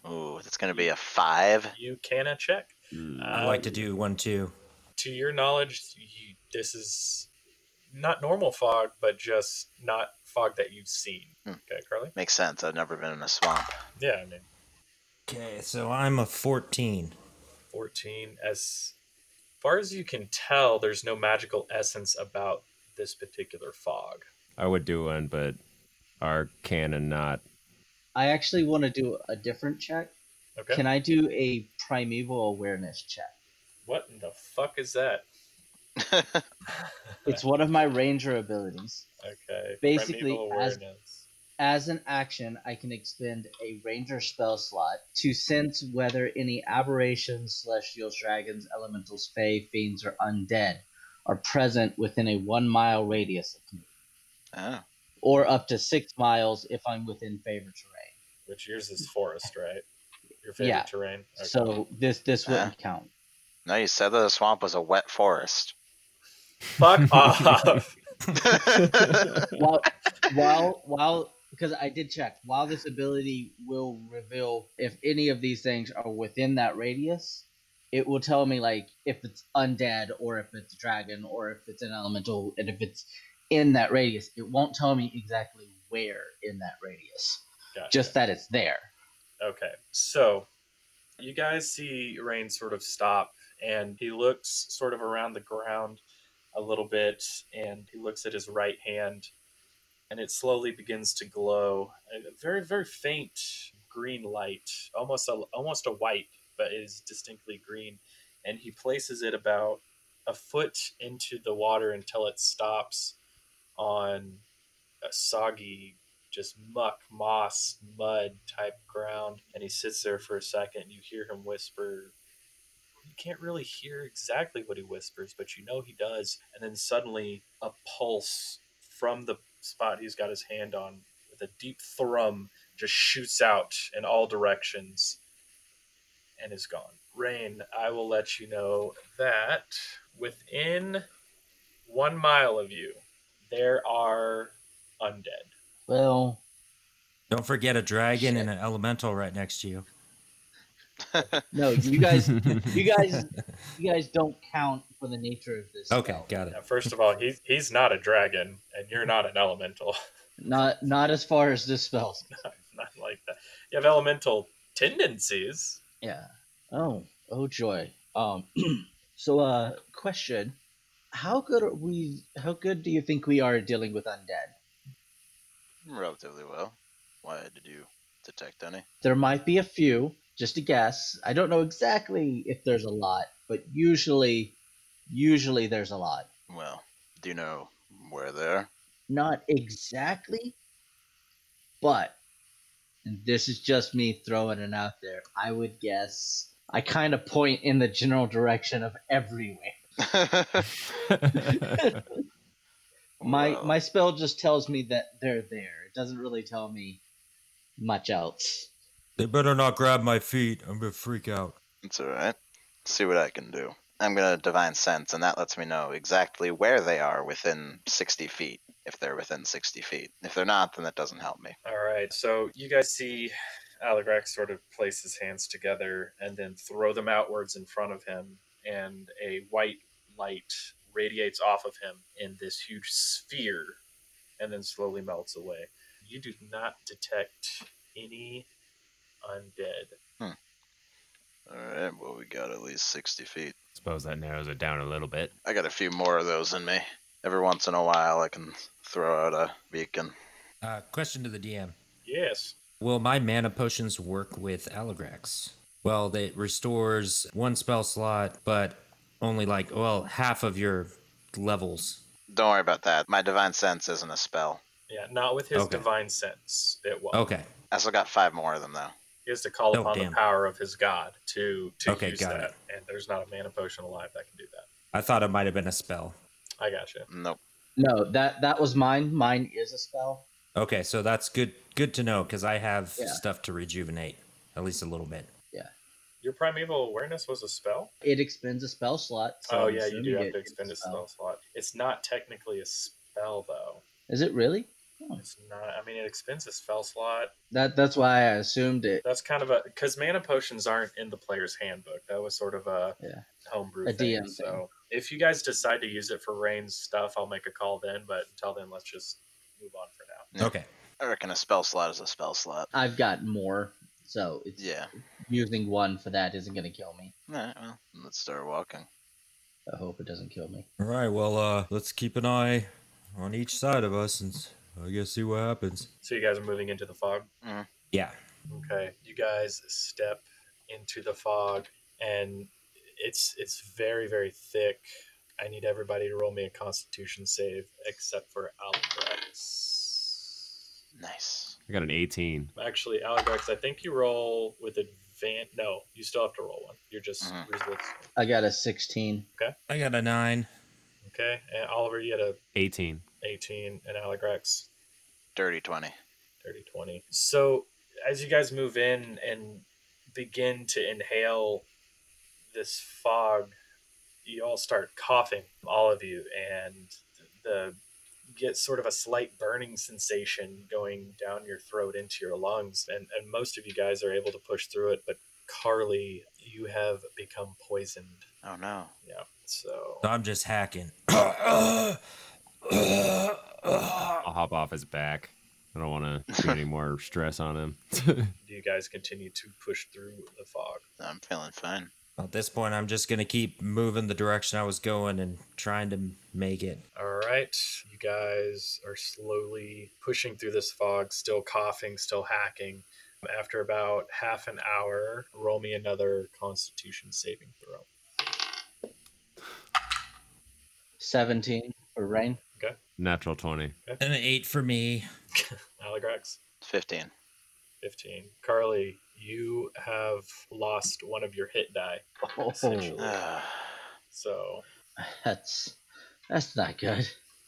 Speaker 6: Ooh, that's gonna be a five.
Speaker 2: You Cana check. Ah, Um,
Speaker 3: I like to do one too.
Speaker 2: To your knowledge, you, this is not normal fog, but just not fog that you've seen.
Speaker 6: Hmm.
Speaker 2: Okay, Carly.
Speaker 6: Makes sense. I've never been in a swamp.
Speaker 2: Yeah, I mean,
Speaker 3: Okay, so I'm a 14.
Speaker 2: 14 as far as you can tell there's no magical essence about this particular fog
Speaker 1: I would do one, but Arcana not.
Speaker 4: I actually want to do a different check.
Speaker 2: okay
Speaker 4: Can I do a primeval awareness check?
Speaker 2: what in the fuck is that
Speaker 4: It's one of my ranger abilities.
Speaker 2: okay
Speaker 4: Basically,
Speaker 2: primeval
Speaker 4: as-
Speaker 2: awareness
Speaker 4: As an action, I can expend a ranger spell slot to sense whether any aberrations, celestials, dragons, elementals, fae, fiends, or undead are present within a one mile radius of me,
Speaker 6: oh,
Speaker 4: or up to six miles if I'm within favored terrain.
Speaker 2: which yours is forest right your favorite
Speaker 4: Yeah.
Speaker 2: terrain okay.
Speaker 4: So this this wouldn't count.
Speaker 6: no, you said that the swamp was a wet forest. [LAUGHS]
Speaker 4: [LAUGHS]
Speaker 2: fuck off
Speaker 4: While while while because I did check, while this ability will reveal if any of these things are within that radius, it will tell me like if it's undead or if it's dragon or if it's an elemental and if it's in that radius. It won't tell me exactly where in that radius.
Speaker 2: Gotcha.
Speaker 4: Just that it's there.
Speaker 2: Okay, so you guys see Rain sort of stop, and he looks sort of around the ground a little bit, and he looks at his right hand, and it slowly begins to glow a very, very faint green light, almost a almost a white, but it is distinctly green, and he places it about a foot into the water until it stops on a soggy just muck, moss, mud type ground. And he sits there for a second, and you hear him whisper. You can't really hear exactly what he whispers, but you know he does. And then suddenly, a pulse from the spot he's got his hand on with a deep thrum just shoots out in all directions and is gone. Rain, I will let you know that within one mile of you, there are undead.
Speaker 4: Well,
Speaker 3: Don't forget a dragon and an elemental right next to you.
Speaker 4: no, you
Speaker 1: [LAUGHS]
Speaker 4: guys you guys you guys don't count for the nature of this.
Speaker 3: Okay,
Speaker 4: spell.
Speaker 3: got it.
Speaker 2: Now, first of all, he's he's not a dragon, and you're not an elemental. [LAUGHS]
Speaker 4: Not not as far as this spell's
Speaker 2: not like that. You have elemental tendencies.
Speaker 4: Yeah. Oh, oh joy. Um [CLEARS THROAT] so uh question, how good are we how good do you think we are at dealing with undead?
Speaker 6: Relatively well. Why did you detect any?
Speaker 4: There might be a few, just a guess. I don't know exactly if there's a lot, but usually usually there's a lot.
Speaker 6: Well, do you know where they're?
Speaker 4: Not exactly, but and this is just me throwing it out there. I would guess I kind of point in the general direction of everywhere. [LAUGHS] My
Speaker 6: Wow.
Speaker 4: my spell just tells me that they're there. It doesn't really tell me much else.
Speaker 7: They better not grab my feet. I'm gonna freak out.
Speaker 6: It's all right. see what I can do. I'm gonna divine sense, and that lets me know exactly where they are within 60 feet. If they're within 60 feet, if they're not, then that doesn't help me.
Speaker 2: All right, so you guys see Alagrax sort of place his hands together and then throw them outwards in front of him, and a white light radiates off of him in this huge sphere and then slowly melts away. You do not detect any undead.
Speaker 6: All right. Well, we got at least 60 feet.
Speaker 8: Suppose that narrows it down a little bit.
Speaker 6: I got a few more of those in me. Every once in a while, I can throw out a beacon.
Speaker 3: Uh, question to the DM.
Speaker 2: Yes.
Speaker 3: Will my mana potions work with Alagrax? Well, it restores one spell slot, but only like, well, half of your levels.
Speaker 6: Don't worry about that. My divine sense isn't a spell.
Speaker 2: Yeah, not with his
Speaker 3: Okay.
Speaker 2: divine sense. It was.
Speaker 3: Okay.
Speaker 6: I still got five more of them though.
Speaker 2: He has to call
Speaker 3: Oh,
Speaker 2: upon
Speaker 3: damn.
Speaker 2: the power of his god to to
Speaker 3: Okay,
Speaker 2: use
Speaker 3: got
Speaker 2: that.
Speaker 3: it.
Speaker 2: And there's not a mana potion alive that can do that.
Speaker 3: I thought it might have been a spell.
Speaker 2: I gotcha.
Speaker 6: Nope.
Speaker 4: No, that that was mine. Mine is a spell.
Speaker 3: Okay, so that's good good to know because I have
Speaker 4: Yeah.
Speaker 3: stuff to rejuvenate, at least a little bit.
Speaker 2: Your primeval awareness was a spell.
Speaker 4: It expends a spell slot. so
Speaker 2: oh
Speaker 4: I'm
Speaker 2: yeah, you
Speaker 4: assuming
Speaker 2: do have
Speaker 4: it
Speaker 2: to
Speaker 4: is
Speaker 2: expend a spell slot. It's not technically a spell though.
Speaker 4: Is it really?
Speaker 2: It's not. I mean, it expends a spell slot.
Speaker 4: That that's why I assumed it.
Speaker 2: That's kind of a because mana potions aren't in the player's handbook. That was sort of a
Speaker 4: Yeah.
Speaker 2: homebrew
Speaker 4: A
Speaker 2: thing.
Speaker 4: DM thing.
Speaker 2: So if you guys decide to use it for Rain's stuff, I'll make a call then. But until then, let's just move on for now.
Speaker 6: Yeah.
Speaker 3: Okay.
Speaker 6: I reckon a spell slot is a spell slot.
Speaker 4: I've got more, so it's
Speaker 6: Yeah.
Speaker 4: using one for that isn't going to kill me.
Speaker 6: All right. Well, let's start walking.
Speaker 4: I hope it doesn't kill me.
Speaker 7: All right. Well, uh, let's keep an eye on each side of us and s- I guess see what happens.
Speaker 2: So you guys are moving into the fog.
Speaker 3: Yeah.
Speaker 2: Okay, you guys step into the fog, and it's it's very very thick. I need everybody to roll me a Constitution save, except for Albrax.
Speaker 6: Nice.
Speaker 1: I got an 18.
Speaker 2: Actually, Albrax, I think you roll with advance. No, you still have to roll one. You're just
Speaker 6: Mhm.
Speaker 2: resist.
Speaker 4: I got a sixteen.
Speaker 3: I got a nine.
Speaker 2: Okay, and Oliver, you had a
Speaker 1: 18.
Speaker 2: 18, and Algrax
Speaker 6: Dirty 20.
Speaker 2: 30 20 so as you guys move in and begin to inhale this fog you all start coughing all of you and the get sort of a slight burning sensation going down your throat into your lungs and, and most of you guys are able to push through it but carly you have become poisoned
Speaker 6: Oh no.
Speaker 2: yeah so
Speaker 3: So I'm just hacking.
Speaker 1: I'll hop off his back. I don't want to put any more
Speaker 8: [LAUGHS]
Speaker 1: stress on him. [LAUGHS]
Speaker 2: do you guys continue to push through the fog
Speaker 6: I'm feeling fine.
Speaker 3: At this point, I'm just gonna keep moving the direction I was going and trying to make it.
Speaker 2: All right, you guys are slowly pushing through this fog, still coughing, still hacking. After about half an hour, roll me another Constitution saving throw.
Speaker 4: Seventeen for rain.
Speaker 2: [LAUGHS]
Speaker 1: Natural 20.
Speaker 3: An eight for me.
Speaker 2: Alagrax,
Speaker 6: [SIGHS] 15.
Speaker 2: fifteen. Carly, you have lost one of your hit die,
Speaker 4: Oh,
Speaker 2: Essentially.
Speaker 6: Ah,
Speaker 2: so
Speaker 4: that's that's not good.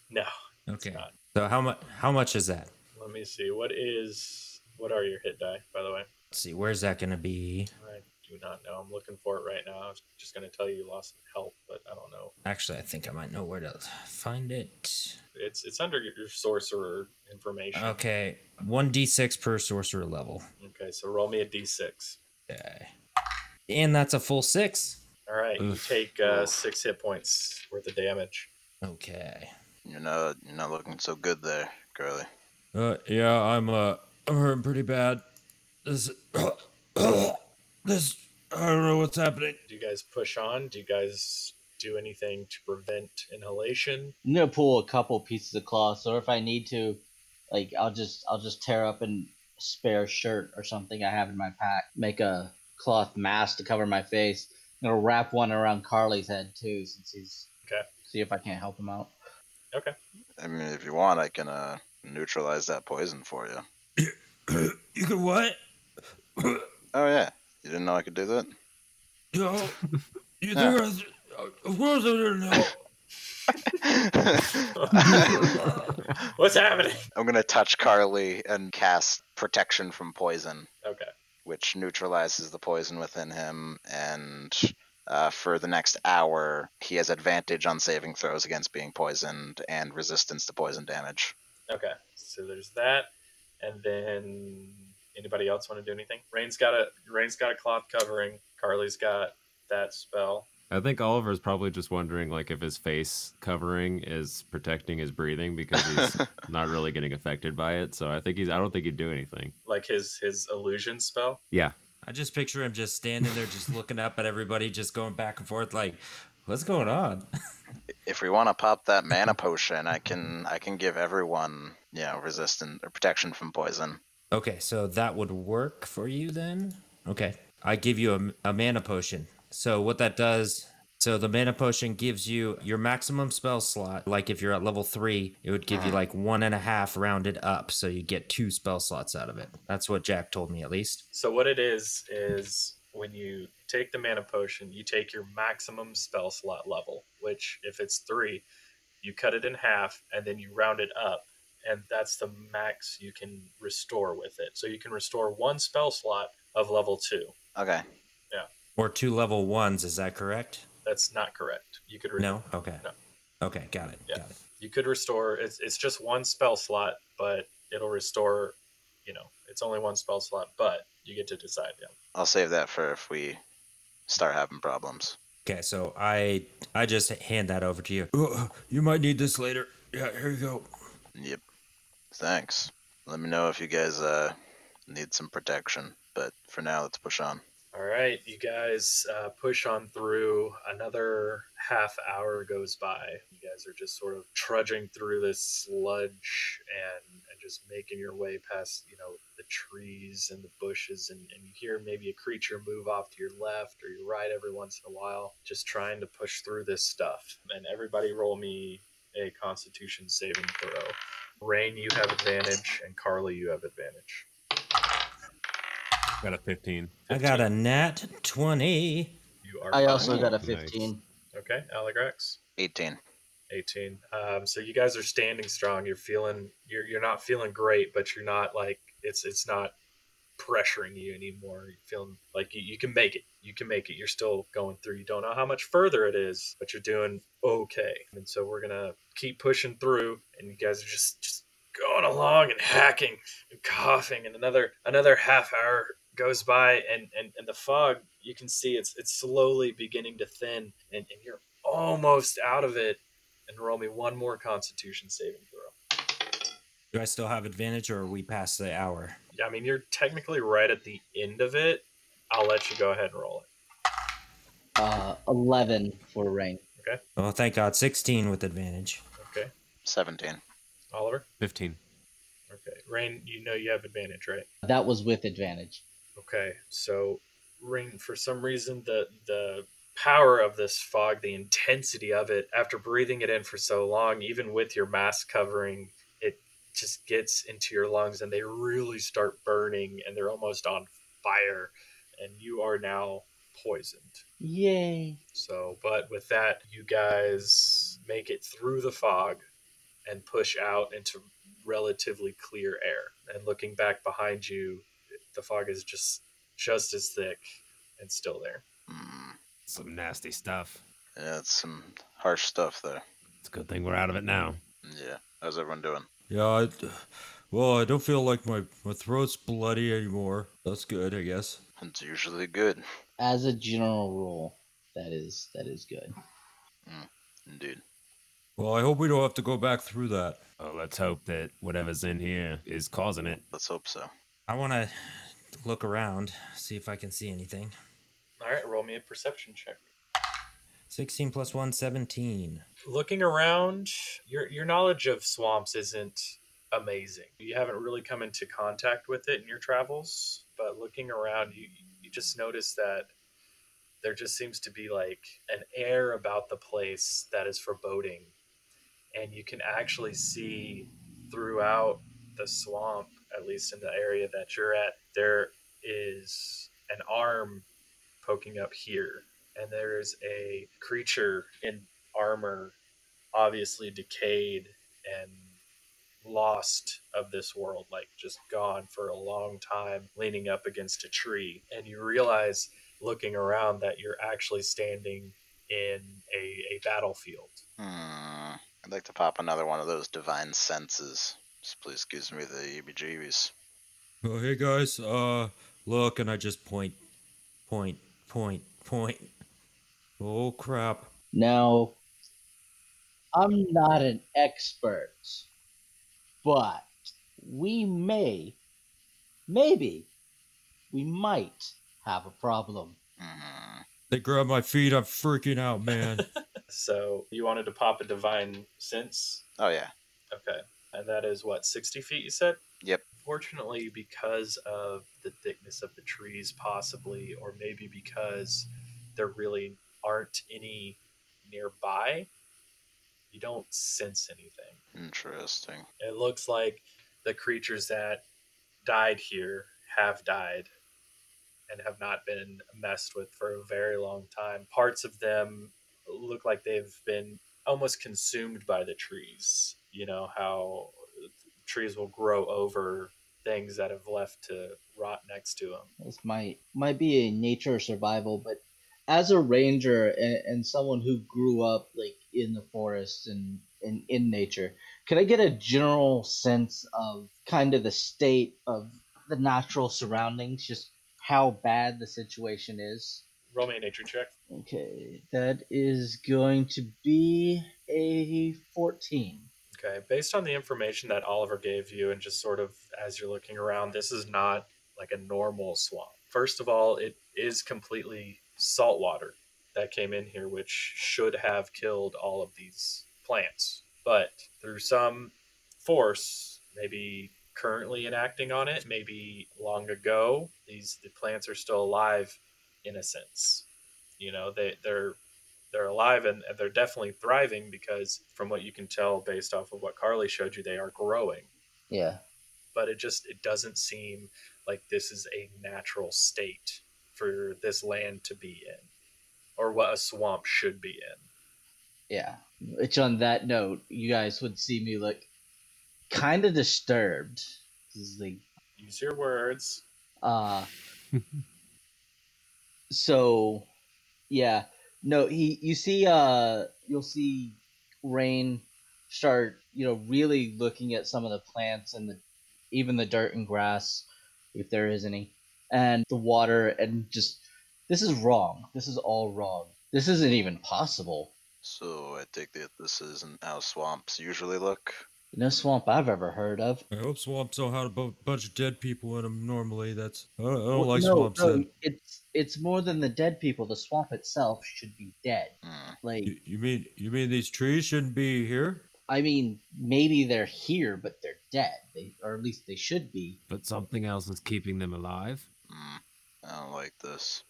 Speaker 2: no.
Speaker 3: Okay.
Speaker 2: not.
Speaker 3: So how much? How much is that?
Speaker 2: Let me see. What is what are your hit die? By the way,
Speaker 3: Let's see. Where's that gonna be?
Speaker 2: I do not know. I'm looking for it right now. I was just gonna tell you you lost health, but I don't know.
Speaker 3: Actually, I think I might know where to find it.
Speaker 2: It's it's under your sorcerer information.
Speaker 3: Okay. One d six per sorcerer level.
Speaker 2: Okay, so roll me a d6.
Speaker 3: Okay. And that's a full six.
Speaker 2: All right, you
Speaker 1: Oof.
Speaker 2: take uh,
Speaker 6: Oof.
Speaker 2: six hit points worth of damage.
Speaker 3: Okay.
Speaker 6: you're not you're not looking so good there, Curly.
Speaker 7: Uh, yeah, I'm uh, I'm hurting pretty bad. This, [COUGHS] this, I don't know what's happening.
Speaker 2: Do you guys push on? Do you guys do anything to prevent inhalation?
Speaker 4: I'm gonna pull a couple pieces of cloth, or if I need to, like I'll just I'll just tear up an spare shirt or something I have in my pack, make a cloth mask to cover my face. I'm gonna wrap one around Carly's head too, since he's
Speaker 2: Okay.
Speaker 4: See if I can't help him out.
Speaker 6: I mean, if you want, I can uh, neutralize that poison for you.
Speaker 7: You can what?
Speaker 6: Oh yeah, you didn't know I could do that.
Speaker 7: Yo, you think
Speaker 6: Yeah.
Speaker 7: I th- Of course I didn't know.
Speaker 2: [LAUGHS] What's happening?
Speaker 6: [LAUGHS] I'm gonna touch Carly and cast protection from poison,
Speaker 2: Okay.
Speaker 6: which neutralizes the poison within him, and uh, for the next hour, he has advantage on saving throws against being poisoned and resistance to poison damage.
Speaker 2: Okay. So there's that. And then anybody else want to do anything? Rain's got a Rain's got a cloth covering. Carly's got that spell.
Speaker 1: I think Oliver's probably just wondering like if his face covering is protecting his breathing because he's not really getting affected by it. So I think he's I don't think he'd do anything.
Speaker 2: Like his his illusion spell.
Speaker 1: Yeah.
Speaker 3: I just picture him just standing there, just looking up at everybody, just going back and forth, like, what's going on?
Speaker 6: If we want to pop that mana potion, I can I can give everyone you know resistance or protection from poison.
Speaker 3: Okay, so that would work for you then? Okay. I give you a, a mana potion. So, what that does, so the mana potion gives you your maximum spell slot. Like, if you're at level three, it would give you like one and a half rounded up. So, you get two spell slots out of it. That's what Jack told me, at least.
Speaker 2: So what it is is when you take the mana potion, you take your maximum spell slot level, which if it's three, you cut it in half and then you round it up, and that's the max you can restore with it. So you can restore one spell slot of level two.
Speaker 6: Okay,
Speaker 3: Or two level ones. Is that correct?
Speaker 2: That's not correct. You could re-
Speaker 3: No? Okay.
Speaker 2: No.
Speaker 3: Okay, got it.
Speaker 2: Yeah.
Speaker 3: Got it.
Speaker 2: you could restore. It's it's just one spell slot, but it'll restore. You know, it's only one spell slot, but you get to decide. Yeah.
Speaker 6: I'll save that for if we start having problems.
Speaker 3: Okay, so I I just hand that over to you.
Speaker 7: Uh, You might need this later. Yeah, here you go.
Speaker 6: Yep. Thanks. Let me know if you guys uh, need some protection. But for now, let's push on.
Speaker 2: All right, you guys uh, push on through. Another half hour goes by. You guys are just sort of trudging through this sludge and, and just making your way past, you know, the trees and the bushes. And, and you hear maybe a creature move off to your left or your right every once in a while, just trying to push through this stuff. And everybody roll me a constitution saving throw. Rain, you have advantage, and Carly, you have advantage.
Speaker 1: Got a fifteen.
Speaker 3: I got a nat 20.
Speaker 2: You are
Speaker 4: I also got a
Speaker 1: Nice.
Speaker 4: 15.
Speaker 2: okay, Allegrax.
Speaker 6: 18.
Speaker 2: 18 um, so you guys are standing strong you're feeling you're, you're not feeling great but you're not like it's it's not pressuring you anymore you're feeling like you, you can make it you can make it you're still going through you don't know how much further it is but you're doing okay and so we're gonna keep pushing through and you guys are just just going along and hacking and coughing and another another half hour goes by and and, and the fog you can see it's it's slowly beginning to thin and, and you're almost out of it and roll me one more constitution saving throw.
Speaker 3: Do I still have advantage or are we past the hour?
Speaker 2: Yeah, I mean, you're technically right at the end of it. I'll let you go ahead and roll it.
Speaker 4: Uh, 11 for rain.
Speaker 3: Oh, thank God. 16 with advantage.
Speaker 2: Okay.
Speaker 6: 17.
Speaker 2: Oliver?
Speaker 1: Fifteen.
Speaker 2: Okay. Rain, you know you have advantage, right?
Speaker 4: That was with advantage.
Speaker 2: Okay, so Rain, for some reason, the the power of this fog, the intensity of it, after breathing it in for so long, even with your mask covering, it just gets into your lungs, and they really start burning, and they're almost on fire, and you are now poisoned.
Speaker 4: Yay.
Speaker 2: So, but with that, you guys make it through the fog and push out into relatively clear air. And looking back behind you, the fog is just just as thick and still there.
Speaker 6: Mm.
Speaker 8: Some nasty stuff.
Speaker 6: Yeah, it's some harsh stuff there.
Speaker 8: It's a good thing we're out of it now.
Speaker 6: Yeah. How's everyone doing?
Speaker 7: Yeah, I, well, I don't feel like my, my throat's bloody anymore. That's good, I guess.
Speaker 6: It's usually good.
Speaker 4: As a general rule, that is that is good.
Speaker 6: Indeed.
Speaker 7: Well, I hope we don't have to go back through that.
Speaker 8: Oh, let's hope that whatever's in here is causing it.
Speaker 6: Let's hope so.
Speaker 3: I want to look around, see if I can see anything.
Speaker 2: All right, roll me a perception check.
Speaker 3: 16 plus 1, 17.
Speaker 2: Looking around, your your knowledge of swamps isn't amazing. You haven't really come into contact with it in your travels, but looking around, you you just notice that there just seems to be like an air about the place that is foreboding. And you can actually see throughout the swamp, at least in the area that you're at, there is an arm poking up here and there's a creature in armor, obviously decayed and lost of this world, like just gone for a long time, leaning up against a tree. And you realize, looking around, that you're actually standing in a, a battlefield.
Speaker 6: Hmm. I'd like to pop another one of those divine senses. Just please gives me the heebie-jeebies.
Speaker 7: Oh, hey guys, uh,
Speaker 3: Look, and I just point, point, point, point. Oh crap!
Speaker 4: Now, I'm not an expert, but we may, maybe, we might have a problem.
Speaker 6: Mm-hmm.
Speaker 7: they grab my feet. I'm freaking out, man.
Speaker 2: So you wanted to pop a divine sense?
Speaker 6: Oh yeah.
Speaker 2: Okay. And that is what, 60 feet you said?
Speaker 6: Yep.
Speaker 2: Fortunately, because of the thickness of the trees, possibly, or maybe because there really aren't any nearby, you don't sense anything.
Speaker 6: Interesting.
Speaker 2: It looks like the creatures that died here have died and have not been messed with for a very long time. Parts of them look like they've been almost consumed by the trees. You know, how trees will grow over things that have left to rot next to them.
Speaker 4: This might might be a nature survival, but as a ranger and, and someone who grew up like in the forest and, and in nature, can I get a general sense of kind of the state of the natural surroundings, just how bad the situation is?
Speaker 2: Roll me a nature check.
Speaker 4: Okay, that is going to be a fourteen.
Speaker 2: Okay, based on the information that Oliver gave you, and just sort of as you're looking around, this is not like a normal swamp. First of all, it is completely saltwater that came in here, which should have killed all of these plants. But through some force, maybe currently enacting on it, maybe long ago, these the plants are still alive in a sense. You know, they they're they're alive and, and they're definitely thriving because from what you can tell based off of what carly showed you they are growing
Speaker 4: Yeah.
Speaker 2: but it just it doesn't seem like this is a natural state for this land to be in or what a swamp should be in
Speaker 4: Yeah. Which on that note, you guys would see me look kind of disturbed. This is like,
Speaker 2: use your words
Speaker 7: [LAUGHS]
Speaker 4: uh, so, yeah, no, he, you see, uh, you'll see Rain start, you know, really looking at some of the plants and the, even the dirt and grass, if there is any, and the water, and just, this is wrong. This is all wrong. This isn't even possible.
Speaker 6: So I take that this isn't how swamps usually look.
Speaker 4: No swamp I've ever heard of.
Speaker 7: I hope swamps don't have a bu- bunch of dead people in them normally. That's I don't, I don't like
Speaker 4: no,
Speaker 7: swamps.
Speaker 4: no,
Speaker 7: then.
Speaker 4: it's it's more than the dead people. The swamp itself should be dead.
Speaker 6: Mm.
Speaker 4: Like
Speaker 7: You, you mean you mean these trees shouldn't be here?
Speaker 4: I mean, maybe they're here, but they're dead. They or at least they should be.
Speaker 1: But something else is keeping them alive.
Speaker 6: Mm. I don't like this.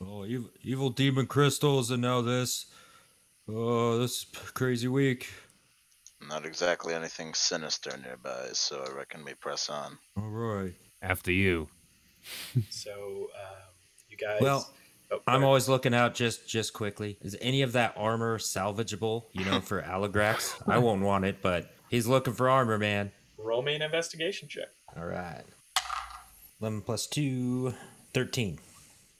Speaker 7: Oh, evil, evil demon crystals, and now this. Oh, this crazy week.
Speaker 6: Not exactly anything sinister nearby, so I reckon we press on.
Speaker 7: All right.
Speaker 8: After you.
Speaker 2: so um, you guys
Speaker 3: Well,
Speaker 2: oh,
Speaker 3: I'm
Speaker 2: go ahead.
Speaker 3: always looking out just just quickly. Is any of that armor salvageable? You know, for Allegrax, [LAUGHS] I won't want it, but he's looking for armor, man.
Speaker 2: roll me an investigation check
Speaker 3: All right. 11 plus 2, 13.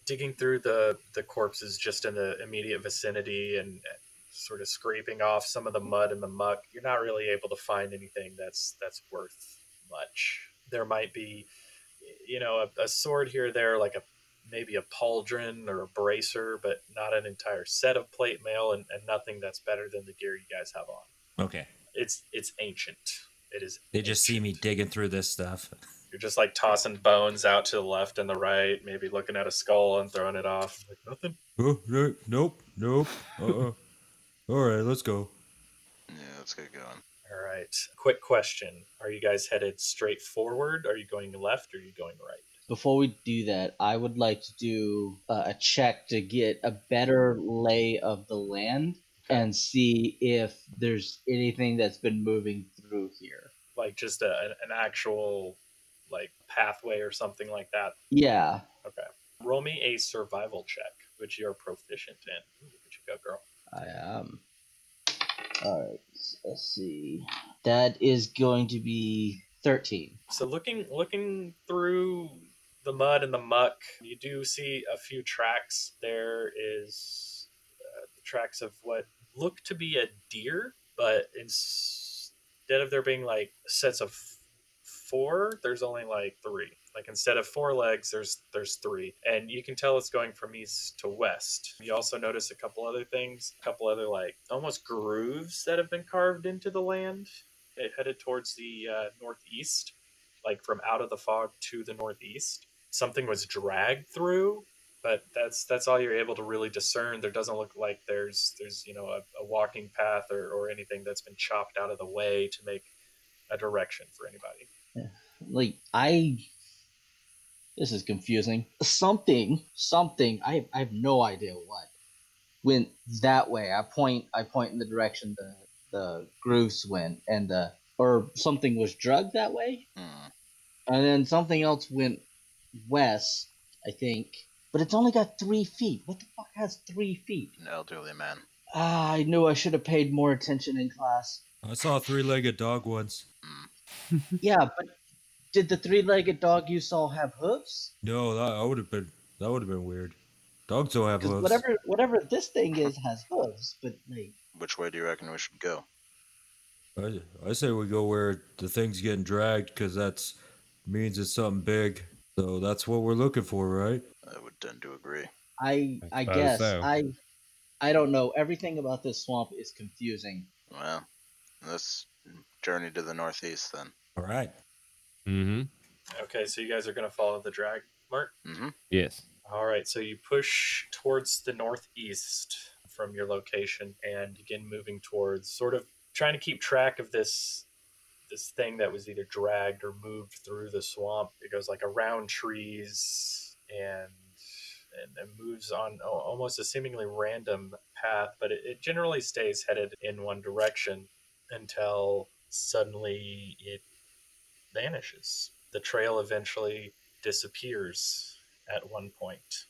Speaker 2: digging through the the corpses just in the immediate vicinity and sort of scraping off some of the mud and the muck you're not really able to find anything that's that's worth much there might be you know a, a sword here or there like a maybe a pauldron or a bracer but not an entire set of plate mail and, and nothing that's better than the gear you guys have on
Speaker 3: Okay.
Speaker 2: it's it's ancient it is
Speaker 3: They just see
Speaker 2: ancient.
Speaker 3: me digging through this stuff.
Speaker 2: You're just like tossing bones out to the left and the right, maybe looking at a skull and throwing it off. Like nothing.
Speaker 7: Oh, no, nope, nope. Uh-uh. [LAUGHS] All right, let's go.
Speaker 6: Yeah, let's get going.
Speaker 2: All right. Quick question: Are you guys headed straight forward? Are you going left? Or are you going right?
Speaker 4: Before we do that, I would like to do uh, a check to get a better lay of the land and see if there's anything that's been moving through here.
Speaker 2: Like just a, an- an actual like pathway or something like that.
Speaker 4: Yeah.
Speaker 2: Roll me a survival check. which you're proficient in. Ooh, Look at you go, girl.
Speaker 4: I am. Alright, let's see. That is going to be 13.
Speaker 2: So looking looking through the mud and the muck, you do see a few tracks. There is uh, the tracks of what look to be a deer, but instead of there being like sets of four, there's only like three. Like instead of four legs, there's there's three, and you can tell it's going from east to west. You also notice a couple other things, a couple other like almost grooves that have been carved into the land it headed towards the uh, northeast, like from out of the fog to the northeast. Something was dragged through, but that's that's all you're able to really discern. There doesn't look like there's there's you know a, a walking path or, or anything that's been chopped out of the way to make a direction for anybody.
Speaker 4: Like, I. This is confusing. Something, something, I, I have no idea what, went that way. I point, I point in the direction the, the grooves went, and the. Or something was drugged that way?
Speaker 6: Hmm.
Speaker 4: and then something else went west, I think. But it's only got three feet. What the fuck has three feet?
Speaker 6: An elderly man.
Speaker 4: Ah, I knew I should have paid more attention in class.
Speaker 7: I saw a three-legged dog once.
Speaker 4: yeah, but did the three-legged dog you saw have hooves?
Speaker 7: No, that I would have been that would have been weird. Dogs don't have
Speaker 4: Because
Speaker 7: hooves.
Speaker 4: whatever whatever this thing is has hooves, but like
Speaker 6: Which way do you reckon we should go?
Speaker 7: I, I say we go where the thing's getting dragged because that's means it's something big. So that's what we're looking for, right?
Speaker 6: I would tend to agree.
Speaker 4: I
Speaker 9: I
Speaker 4: I
Speaker 9: suppose
Speaker 4: guess
Speaker 9: so.
Speaker 4: I I don't know. Everything about this swamp is confusing.
Speaker 6: Well, let's journey to the northeast then.
Speaker 3: All right.
Speaker 1: Mm-hmm.
Speaker 2: Okay, so you guys are gonna follow the drag mark.
Speaker 6: hmm
Speaker 1: Yes.
Speaker 2: All right, so you push towards the northeast from your location and begin moving towards sort of trying to keep track of this this thing that was either dragged or moved through the swamp. It goes like around trees and and it moves on al- almost a seemingly random path, but it, it generally stays headed in one direction until suddenly it vanishes. The trail eventually disappears at one point.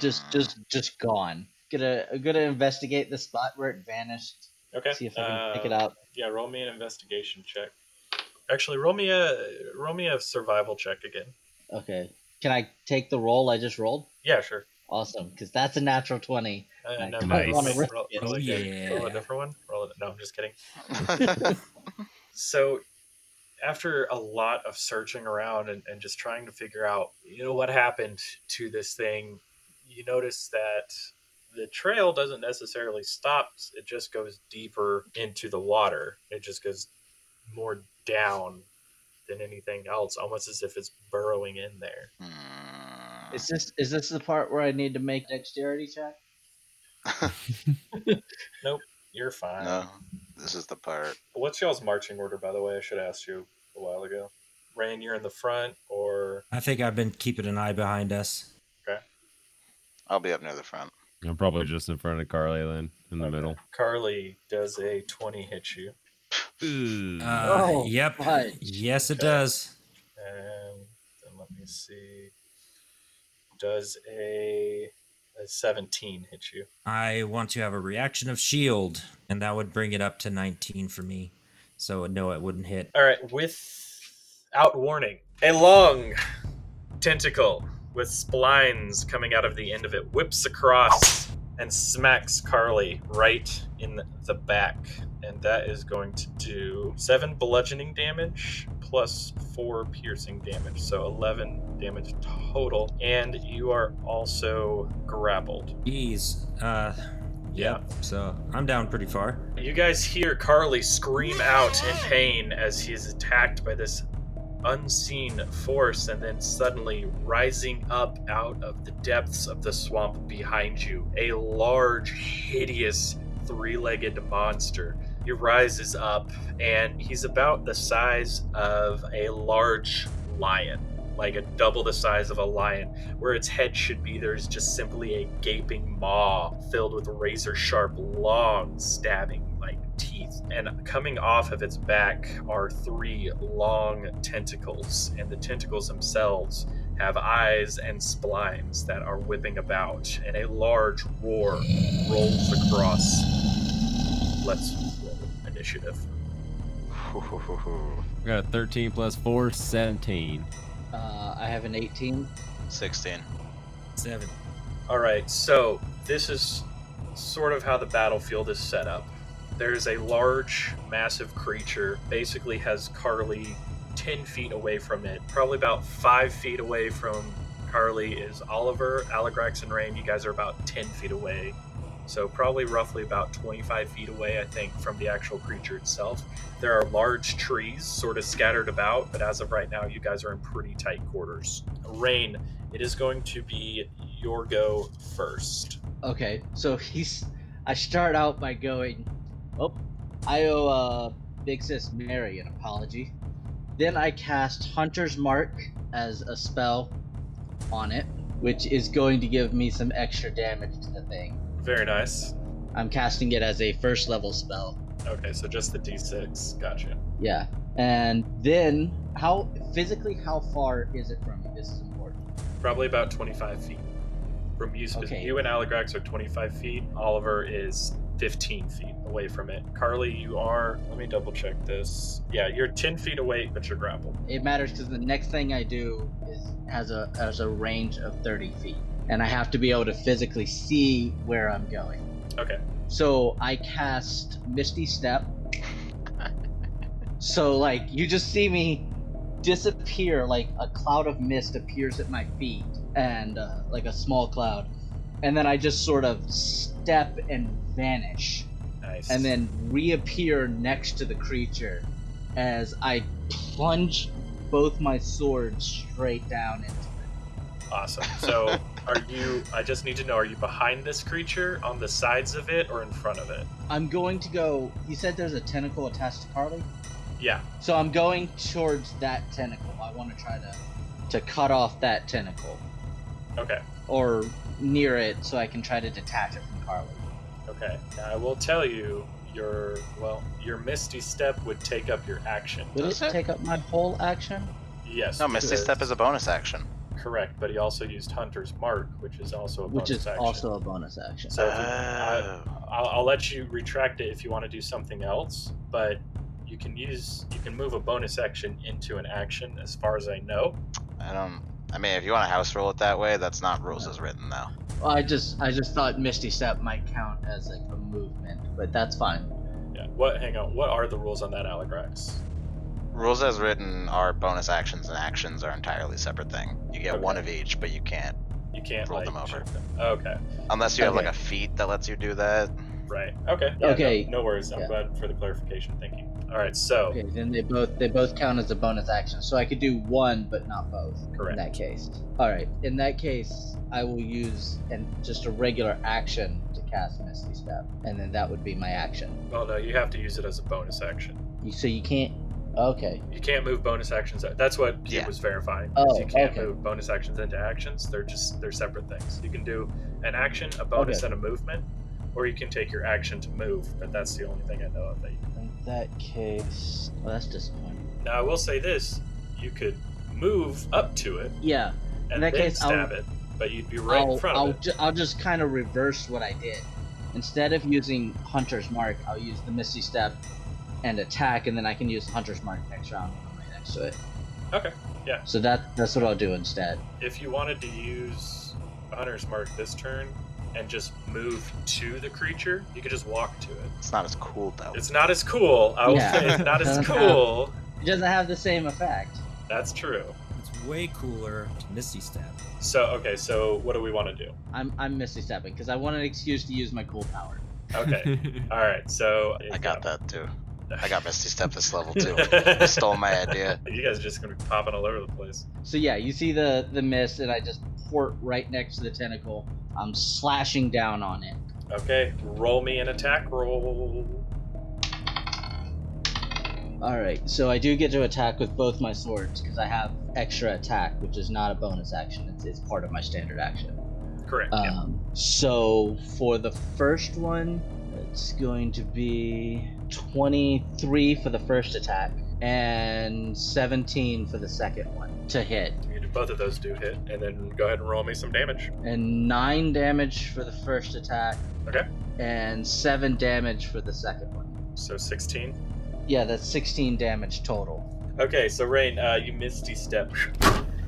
Speaker 4: Just just just gone. Gonna gonna investigate the spot where it vanished.
Speaker 2: Okay.
Speaker 4: See if I can pick it
Speaker 2: uh,
Speaker 4: up.
Speaker 2: Yeah, roll me an investigation check. Actually, roll me a roll me a survival check again.
Speaker 4: Okay. Can I take the roll I just rolled?
Speaker 2: Yeah, sure.
Speaker 4: Awesome, because that's a natural twenty.
Speaker 2: Uh,
Speaker 4: Nice.
Speaker 2: never
Speaker 9: Nice.
Speaker 2: mind. Roll, roll
Speaker 3: Oh,
Speaker 2: again. Roll a
Speaker 3: yeah.
Speaker 2: different one. Roll it. No, I'm just kidding. So, after a lot of searching around and, and just trying to figure out, you know, what happened to this thing, you notice that the trail doesn't necessarily stop. It just goes deeper into the water. It just goes more down than anything else, almost as if it's burrowing in there.
Speaker 6: Hmm.
Speaker 4: Is this is this the part where I need to make dexterity check?
Speaker 2: You're
Speaker 4: uh,
Speaker 2: fine.
Speaker 6: no, this is the part.
Speaker 2: What's y'all's marching order, by the way? I should ask you a while ago. Rain, you're in the front, or
Speaker 3: I think I've been keeping an eye behind us.
Speaker 6: I'll be up near the front.
Speaker 1: I'm probably just in front of Carly then, in the
Speaker 2: Okay.
Speaker 1: middle.
Speaker 2: Carly does a 20 hit you.
Speaker 3: Uh,
Speaker 4: Oh,
Speaker 3: yep.
Speaker 4: right.
Speaker 3: Yes, it
Speaker 2: Okay.
Speaker 3: does.
Speaker 2: And then let me see. Does a, a 17 hit you?
Speaker 3: I want to have a reaction of shield, and that would bring it up to 19 for me. So no, it wouldn't hit.
Speaker 2: All right, without warning, a long tentacle with splines coming out of the end of it whips across and smacks Carly right in the back. And that is going to do 7 bludgeoning damage plus 4 piercing damage. So 11 damage total. And you are also grappled.
Speaker 3: Jeez. Uh,
Speaker 2: Yeah.
Speaker 3: yep. So I'm down pretty far.
Speaker 2: You guys hear Carly scream out in pain as he is attacked by this unseen force, and then suddenly rising up out of the depths of the swamp behind you, a large, hideous, three legged monster. He rises up, and he's about the size of a large lion, like a double the size of a lion. Where its head should be, there is just simply a gaping maw filled with razor sharp, long, stabbing like teeth. And coming off of its back are three long tentacles, and the tentacles themselves have eyes and splines that are whipping about, and a large roar rolls across. Let's roll initiative.
Speaker 1: I got a 13 plus
Speaker 8: [LAUGHS]
Speaker 1: 4, [LAUGHS] 17.
Speaker 4: Uh, I have an 18.
Speaker 6: 16.
Speaker 3: Seven.
Speaker 2: All right, so this is sort of how the battlefield is set up. There's a large, massive creature, basically has Carly 10 feet away from it. Probably about 5 feet away from Carly is Oliver, Alagrax, and Rain. You guys are about 10 feet away. So, probably roughly about 25 feet away, I think, from the actual creature itself. There are large trees sort of scattered about, but as of right now, you guys are in pretty tight quarters. Rain, it is going to be your go first.
Speaker 4: Okay, so he's. I start out by going, oh, I owe uh, Big Sis Mary an apology. Then I cast Hunter's Mark as a spell on it, which is going to give me some extra damage to the thing.
Speaker 2: Very nice.
Speaker 4: I'm casting it as a first level spell.
Speaker 2: Okay, so just the d6. Gotcha.
Speaker 4: Yeah. And then, how physically, how far is it from me? This is important.
Speaker 2: Probably about 25 feet. From you, spe-
Speaker 4: Okay.
Speaker 2: you and Alagrax are 25 feet. Oliver is 15 feet away from it. Carly, you are. Let me double check this. Yeah, you're 10 feet away, but you're grappled.
Speaker 4: It matters because the next thing I do is has a has a range of 30 feet, and I have to be able to physically see where I'm going.
Speaker 2: Okay.
Speaker 4: So I cast Misty Step. so like you just see me disappear, like a cloud of mist appears at my feet, and uh, like a small cloud, and then I just sort of step and vanish
Speaker 2: Nice.
Speaker 4: and then reappear next to the creature as I plunge both my swords straight down into it.
Speaker 2: Awesome. So,
Speaker 4: [LAUGHS]
Speaker 2: are you. I just need to know are you behind this creature, on the sides of it, or in front of it?
Speaker 4: I'm going to go. You said there's a tentacle attached to Carly,
Speaker 2: Yeah.
Speaker 4: so I'm going towards that tentacle. I want to try to to cut off that tentacle
Speaker 2: Okay.
Speaker 4: or near it so I can try to detach it from Carly.
Speaker 2: Okay. Now, I will tell you your. Well, your Misty Step would take up your action.
Speaker 4: Would
Speaker 6: Does
Speaker 4: it,
Speaker 6: it?
Speaker 4: take up my whole action?
Speaker 2: Yes.
Speaker 6: No, Misty
Speaker 2: because-
Speaker 6: Step is a bonus action.
Speaker 2: Correct, but he also used Hunter's Mark, which is also a
Speaker 4: Which
Speaker 2: bonus
Speaker 4: is
Speaker 2: action.
Speaker 4: also a bonus action.
Speaker 2: So if you- I-
Speaker 6: Oh.
Speaker 2: I'll, I'll let you retract it if you want to do something else, but you can use you can move a bonus action into an action, as far as I know.
Speaker 6: I don't. I mean, if you want to house roll it that way, that's not rules as written though.
Speaker 4: Well, I just I just thought Misty Step might count as like a movement, but that's fine.
Speaker 2: Yeah. What? Hang on. What are the rules on that, Alagrax?
Speaker 6: Rules as written are bonus actions, and actions are entirely separate thing. You get one of each, but you can't
Speaker 2: You can't
Speaker 6: Roll
Speaker 2: like,
Speaker 6: them over.
Speaker 2: check Okay.
Speaker 6: unless you have like
Speaker 4: Okay.
Speaker 6: a feat that lets you do that.
Speaker 2: Right. Okay. yeah, no-
Speaker 4: Okay.
Speaker 2: No, worries. I'm
Speaker 4: Yeah.
Speaker 2: glad for the clarification. Thank you. All right. So
Speaker 4: Okay, then they both they both count as a bonus action. So I could do one but not both. In
Speaker 2: correct.
Speaker 4: that case. Alright. In that case, I will use and just a regular action to cast Misty Step. And then that would be my action.
Speaker 2: Well, no, you have to use it as a bonus action.
Speaker 4: You so you can't Okay.
Speaker 2: You can't move bonus actions. That's what he
Speaker 6: Yeah.
Speaker 2: was verifying.
Speaker 4: Oh,
Speaker 2: is you can't
Speaker 4: okay.
Speaker 2: move bonus actions into actions. They're just they're separate things. You can do an action, a bonus,
Speaker 4: Okay.
Speaker 2: and a movement, or you can take your action to move. But that's the only thing I know of. That you can.
Speaker 4: In that case Well that's disappointing.
Speaker 2: Now I will say this: you could move up to it
Speaker 4: Yeah.
Speaker 2: and
Speaker 4: that
Speaker 2: then
Speaker 4: case, I'll-
Speaker 2: stab it, but you'd be right
Speaker 4: I'll,
Speaker 2: in front
Speaker 4: I'll,
Speaker 2: of it.
Speaker 4: ju- I'll just kind of reverse what I did. Instead of using Hunter's Mark, I'll use the Misty Step and attack, and then I can use Hunter's Mark next round when I'm right next to it.
Speaker 2: Okay, yeah.
Speaker 4: So that that's what I'll do instead.
Speaker 2: If you wanted to use Hunter's Mark this turn and just move to the creature, you could just walk to it.
Speaker 6: It's not as cool though.
Speaker 2: It's not as cool. I will
Speaker 4: Yeah.
Speaker 2: say it's
Speaker 4: [LAUGHS]
Speaker 2: not as
Speaker 4: Doesn't have-
Speaker 2: cool.
Speaker 4: It doesn't have the same effect.
Speaker 2: That's true.
Speaker 3: It's way cooler. to Misty Step.
Speaker 2: So okay, so what do we want to do?
Speaker 4: I'm I'm Misty Stepping because I want an excuse to use my cool power.
Speaker 1: [LAUGHS]
Speaker 2: Okay.
Speaker 8: Oh,
Speaker 2: All right. So
Speaker 6: I got that too.
Speaker 2: that.
Speaker 6: I got Misty Step this
Speaker 2: [LAUGHS]
Speaker 6: level too. You stole my idea.
Speaker 2: You guys are just gonna be popping all over the place.
Speaker 4: So yeah, you see the the mist, and I just port right next to the tentacle. I'm slashing down on it.
Speaker 2: Okay. Roll me an attack roll.
Speaker 4: All right, so I do get to attack with both my swords because I have extra attack, which is not a bonus action. It's, it's part of my standard action.
Speaker 2: Correct. yeah.
Speaker 4: Um, so for the first one, it's going to be 23 for the first attack, and 17 for the second one to hit,
Speaker 2: You do- Both of those do hit, and then go ahead and roll me some damage.
Speaker 4: and 9 damage for the first attack.
Speaker 2: Okay.
Speaker 4: And 7 damage for the second one.
Speaker 2: So 16.
Speaker 4: Yeah, that's 16 damage total.
Speaker 2: Okay, so Rain, uh, you misty step,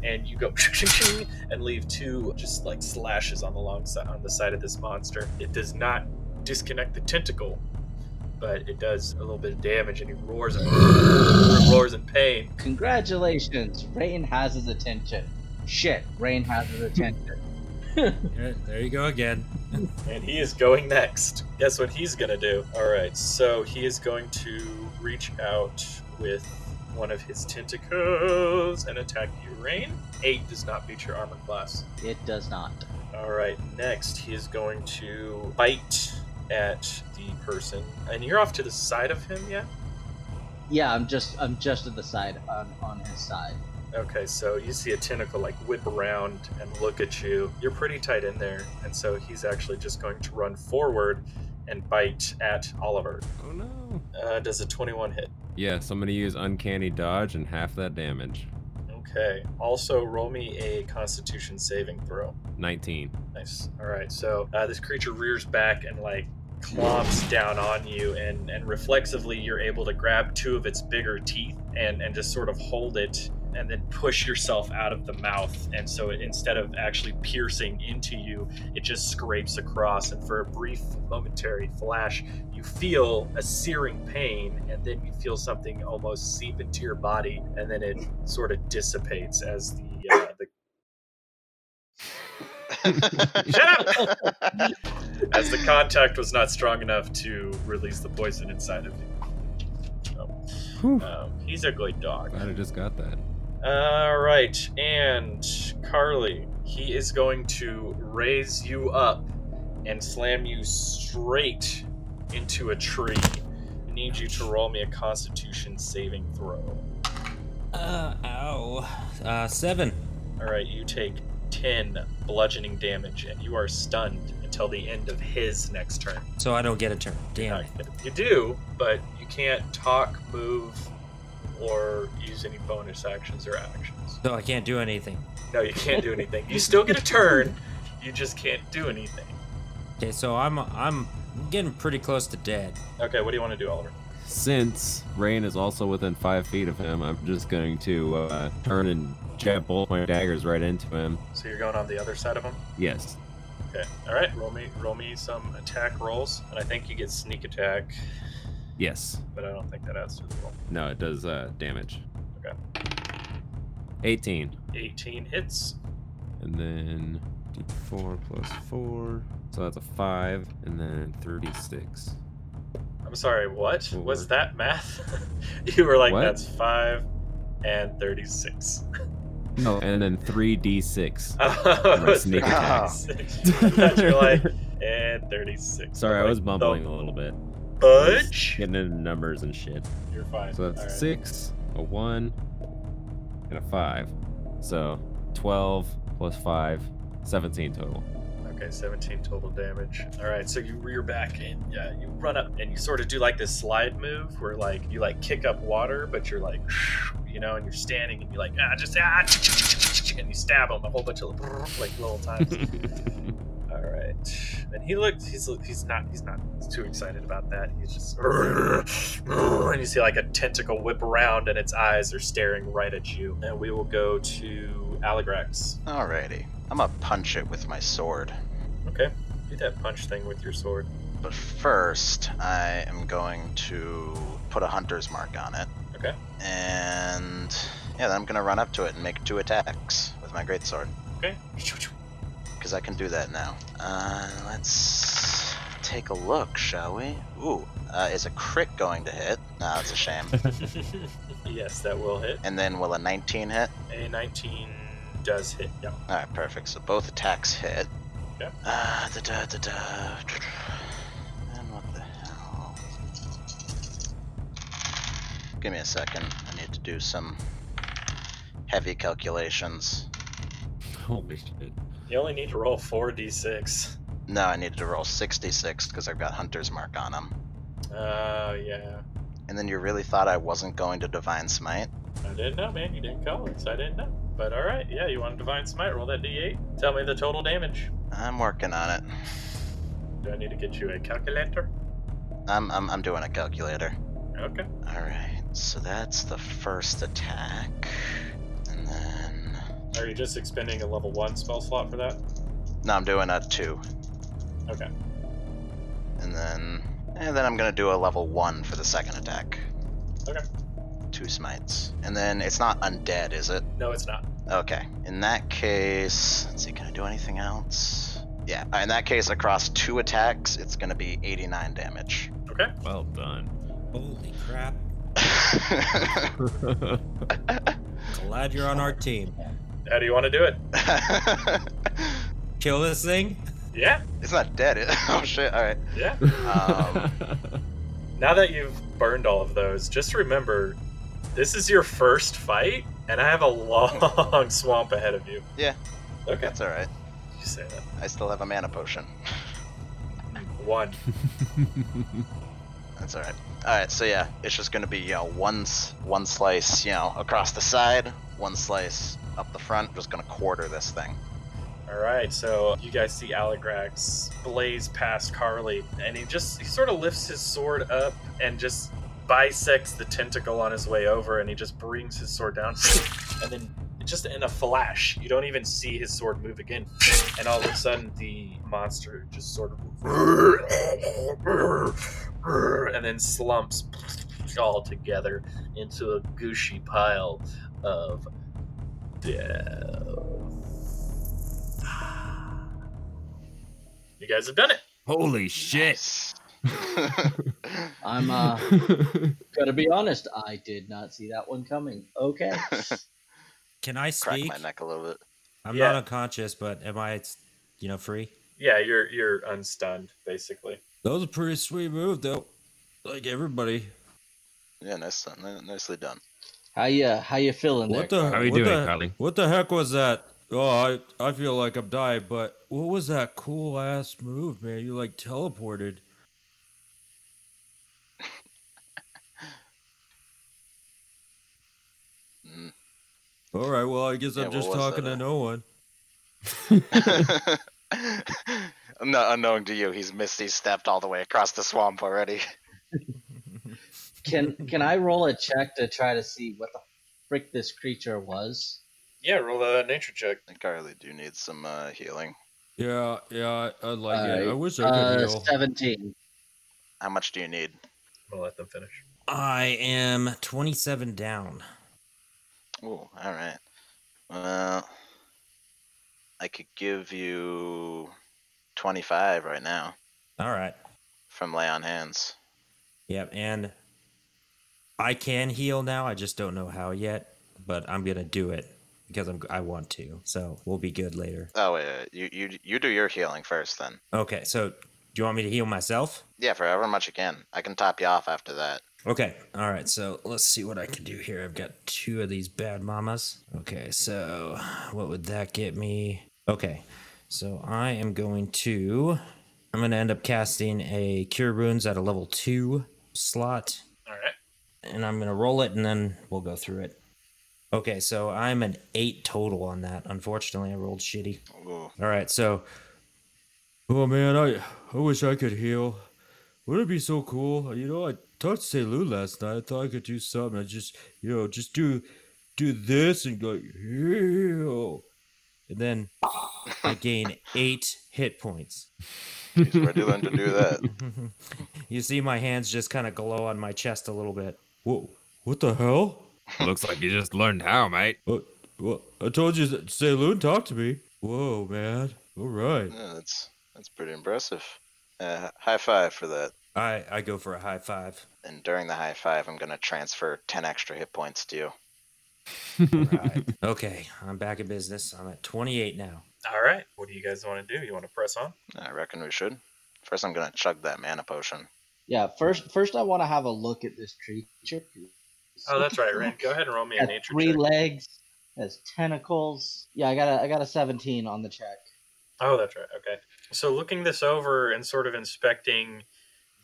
Speaker 2: and you go [LAUGHS] and leave two just like slashes on the long side on the side of this monster. It does not disconnect the tentacle, but it does a little bit of damage, and he roars and [LAUGHS] roars in pain.
Speaker 4: Congratulations, Rain has his attention. Shit, Rain has his attention.
Speaker 3: Yeah, There you go again.
Speaker 2: And he is going next. Guess what he's gonna do? Alright, so he is going to reach out with one of his tentacles and attack you, Rain. Eight does not beat your armor class.
Speaker 4: It does not.
Speaker 2: Alright, next he is going to bite at the person. And you're off to the side of him, yeah?
Speaker 4: Yeah, I'm just I'm just to the side on on his side.
Speaker 2: Okay, so you see a tentacle like whip around and look at you. You're pretty tight in there, and so he's actually just going to run forward and bite at Oliver.
Speaker 1: Oh no.
Speaker 2: Uh, does a 21 hit?
Speaker 1: Yeah, so I'm gonna use uncanny dodge and half that damage.
Speaker 2: Okay. Also, roll me a Constitution saving throw.
Speaker 1: 19.
Speaker 2: Nice. All right. So uh, this creature rears back and like clomps down on you, and and reflexively you're able to grab two of its bigger teeth and and just sort of hold it and then push yourself out of the mouth. And so it, instead of actually piercing into you, it just scrapes across. And for a brief, momentary flash, you feel a searing pain, and then you feel something almost seep into your body, and then it sort of dissipates as the uh, the Shut as the contact was not strong enough to release the poison inside of you. So, um, he's a good dog.
Speaker 1: Glad I just got that.
Speaker 2: All right, and Carly, he is going to raise you up and slam you straight into a tree. I need you to roll me a Constitution saving throw.
Speaker 3: Uh, ow. Uh, seven.
Speaker 2: All right, you take ten bludgeoning damage, and you are stunned until the end of his next turn.
Speaker 3: So I don't get a turn. Damn. it.
Speaker 2: You do, but you can't talk, move, or use any bonus actions or actions.
Speaker 3: So I can't do anything.
Speaker 2: No, you can't do anything. You still get a turn, you just can't do anything.
Speaker 3: Okay, so I'm I'm getting pretty close to dead.
Speaker 2: Okay, what do you want to do, Oliver?
Speaker 1: Since Rain is also within five feet of him, I'm just going to uh, turn and jab both my daggers right into him.
Speaker 2: So you're going on the other side of him?
Speaker 1: Yes.
Speaker 2: Okay. All right, roll me roll me some attack rolls, and I think you get sneak attack,
Speaker 1: Yes.
Speaker 2: but I don't think that adds to the roll.
Speaker 1: No, it does uh, damage.
Speaker 2: Okay.
Speaker 1: 18.
Speaker 2: 18 hits.
Speaker 1: And then 4 plus 4. So that's a 5. And then 36.
Speaker 2: I'm sorry, what? Was
Speaker 1: Four.
Speaker 2: that math? [LAUGHS] you were like,
Speaker 1: What?
Speaker 2: that's 5 and [LAUGHS] 36.
Speaker 1: Oh, and then 3d6.
Speaker 2: Oh, [LAUGHS]
Speaker 1: My sneak
Speaker 6: attack.
Speaker 2: 36. I thought you were [LAUGHS] like, and 36.
Speaker 1: Sorry, I
Speaker 2: Like,
Speaker 1: was
Speaker 2: the
Speaker 1: bumbling a little bit.
Speaker 2: Budge?
Speaker 1: Getting into numbers and shit.
Speaker 2: You're fine.
Speaker 1: So that's
Speaker 2: All
Speaker 1: a
Speaker 2: right.
Speaker 1: 6, a 1, and a 5. So 12 plus 5, 17 total.
Speaker 2: Okay, 17 total damage. All right, so you rear back and yeah, you run up and you sort of do like this slide move where like you like kick up water, but you're like, [LAUGHS] you know, and you're standing and you're like, ah, just ah, [LAUGHS] and you stab him a whole bunch of [LAUGHS] like little times. All right. And he looked. He's he's not he's not too excited about that. He's just [LAUGHS] and you see like a tentacle whip around, and its eyes are staring right at you. And we will go to Allegrax.
Speaker 6: Alrighty. I'm gonna punch it with my sword.
Speaker 2: Okay, do that punch thing with your sword.
Speaker 6: But first, I am going to put a hunter's mark on it.
Speaker 2: Okay.
Speaker 6: And yeah, then I'm gonna run up to it and make two attacks with my greatsword.
Speaker 2: [LAUGHS] Okay.
Speaker 6: because I can do that now. Uh, let's take a look, shall we? Ooh, uh, is a crit going to hit? Nah, that's a shame.
Speaker 2: yes, that will hit.
Speaker 6: and then will a 19 hit?
Speaker 2: A 19 does hit. Yep.
Speaker 6: All right, perfect. So both attacks hit.
Speaker 2: Yep.
Speaker 6: Uh, da da da da. And what the hell? Give me a second. I need to do some heavy calculations.
Speaker 1: [LAUGHS] Holy shit.
Speaker 2: You only need to roll 4d6.
Speaker 6: No, I needed to roll 66 because I've got Hunter's Mark on him.
Speaker 2: Uh, yeah.
Speaker 6: And then you really thought I wasn't going to divine smite?
Speaker 2: I didn't know, man. You didn't call it, so I didn't know. But all right, yeah, you want to divine smite? Roll that d8. Tell me the total damage.
Speaker 6: I'm working on it.
Speaker 2: Do I need to get you a calculator?
Speaker 6: I'm I'm, I'm doing a calculator.
Speaker 2: Okay.
Speaker 6: All right. So that's the first attack, and then
Speaker 2: Are you just expending a level one spell slot for that?
Speaker 6: no, I'm doing a two,
Speaker 2: Okay.
Speaker 6: and then and then I'm gonna do a level one for the second attack.
Speaker 2: Okay.
Speaker 6: Two smites, and then it's not undead, is it?
Speaker 2: No, it's not.
Speaker 6: Okay. In that case, let's see. Can I do anything else? Yeah. uh, In that case, across two attacks, it's gonna be 89 damage. [LAUGHS]
Speaker 2: Okay.
Speaker 1: Well [LAUGHS] done.
Speaker 3: Holy crap. Glad you're on our team.
Speaker 2: How do you want to do it?
Speaker 3: Kill this thing?
Speaker 2: Yeah,
Speaker 6: it's not dead. It, [LAUGHS] oh shit! All right.
Speaker 2: yeah.
Speaker 1: [LAUGHS]
Speaker 6: Um,
Speaker 2: Now that you've burned all of those, just remember this is your first fight, and I have a [LAUGHS] long swamp ahead of you.
Speaker 6: Yeah.
Speaker 2: Okay.
Speaker 6: that's all right.
Speaker 2: You say that.
Speaker 6: I still have a mana potion.
Speaker 2: One.
Speaker 6: That's all right. All right, so yeah, it's just gonna be you know one s- one slice you know across the side, one slice up the front. Just gonna quarter this thing.
Speaker 2: All right, so you guys see Alagrax blaze past Carly, and he just he sort of lifts his sword up and just bisects the tentacle on his way over, and he just brings his sword down, [LAUGHS] and then just in a flash, you don't even see his sword move again, and all of a sudden the monster just sort of and then slumps all together into a gushy pile of death. You guys have done it.
Speaker 8: Holy shit.
Speaker 6: Yes.
Speaker 4: I'm uh, gonna be honest. I did not see that one coming. Okay.
Speaker 3: Can I
Speaker 6: Crack
Speaker 3: speak?
Speaker 6: my neck a little bit.
Speaker 3: I'm
Speaker 2: Yeah.
Speaker 3: not unconscious, but am I, you know, free?
Speaker 2: Yeah, you're you're unstunned basically.
Speaker 7: That was a pretty sweet move, though. Like everybody.
Speaker 6: Yeah, nice, done- nicely done.
Speaker 4: How you how you feeling
Speaker 7: What
Speaker 4: there?
Speaker 7: the?
Speaker 8: How are you
Speaker 7: what
Speaker 8: doing,
Speaker 7: the,
Speaker 8: Carly?
Speaker 7: What the heck was that? Oh, I I feel like I'm dying. But what was that cool ass move, man? You like teleported.
Speaker 6: Mm. [LAUGHS]
Speaker 7: All right. Well, I guess
Speaker 6: Yeah,
Speaker 7: I'm
Speaker 6: what
Speaker 7: just
Speaker 6: was
Speaker 7: talking
Speaker 6: that?
Speaker 7: to no one.
Speaker 6: Not unknown to you, he's misty stepped all the way across the swamp already.
Speaker 4: Can can I roll a check to try to see what the frick this creature was?
Speaker 2: Yeah, roll a nature check.
Speaker 6: And Carly, do you need some uh, healing?
Speaker 7: Yeah, yeah. I, I like it. I
Speaker 4: Alright,
Speaker 7: wish I could
Speaker 4: Uh,
Speaker 7: heal.
Speaker 4: Seventeen.
Speaker 6: How much do you need?
Speaker 2: I'm gonna let them finish.
Speaker 3: I am 27 down.
Speaker 6: Ooh, all right. Well, I could give you 25 right now
Speaker 3: All right.
Speaker 6: from lay on hands.
Speaker 3: Yep. And I can heal now. I just don't know how yet, but I'm going to do it because I'm, I want to. So we'll be good later.
Speaker 6: Oh wait, wait, you you you do your healing first then.
Speaker 3: Okay. So do you want me to heal myself?
Speaker 6: Yeah, for however much you can. I can top you off after that.
Speaker 3: Okay. All right. So let's see what I can do here. I've got two of these bad mamas. Okay. So what would that get me? Okay. So I am going to. I'm going to end up casting a Cure Wounds at a level two slot,
Speaker 2: All right.
Speaker 3: and I'm going to roll it, and then we'll go through it. Okay. So I'm an eight total on that. Unfortunately, I rolled shitty.
Speaker 6: Ooh.
Speaker 3: All right. So
Speaker 7: Oh man, I I wish I could heal. Wouldn't it be so cool? You know, I talked to Selu last night. I thought I could do something. I just, you know, just do do this and go heal.
Speaker 3: and then I gain eight hit
Speaker 7: [LAUGHS]
Speaker 3: points.
Speaker 6: He's ready then to do that.
Speaker 3: You see, my hands just kind of glow on my chest a little bit.
Speaker 7: What what the hell?
Speaker 1: Looks like you just learned how, mate.
Speaker 7: What what? I told you that Selu talked to me. Whoa, man. All right.
Speaker 6: Yeah, that's that's pretty impressive. Uh, high five for that.
Speaker 3: I I go for a high five.
Speaker 6: And during the high five, I'm gonna transfer 10 extra hit points to you.
Speaker 3: Right. [LAUGHS] okay, I'm back in business. I'm at 28 now.
Speaker 2: All right. What do you guys want to do? You want to press on?
Speaker 6: I reckon we should. First, I'm gonna chug that mana potion.
Speaker 4: Yeah. First, first I want to have a look at this creature.
Speaker 2: Oh, that's right, Rand. Go ahead and roll me a
Speaker 4: Got
Speaker 2: nature
Speaker 4: three
Speaker 2: check.
Speaker 4: legs. Has tentacles. Yeah, I got a I got a seventeen on the check.
Speaker 2: oh, that's right. Okay. So looking this over and sort of inspecting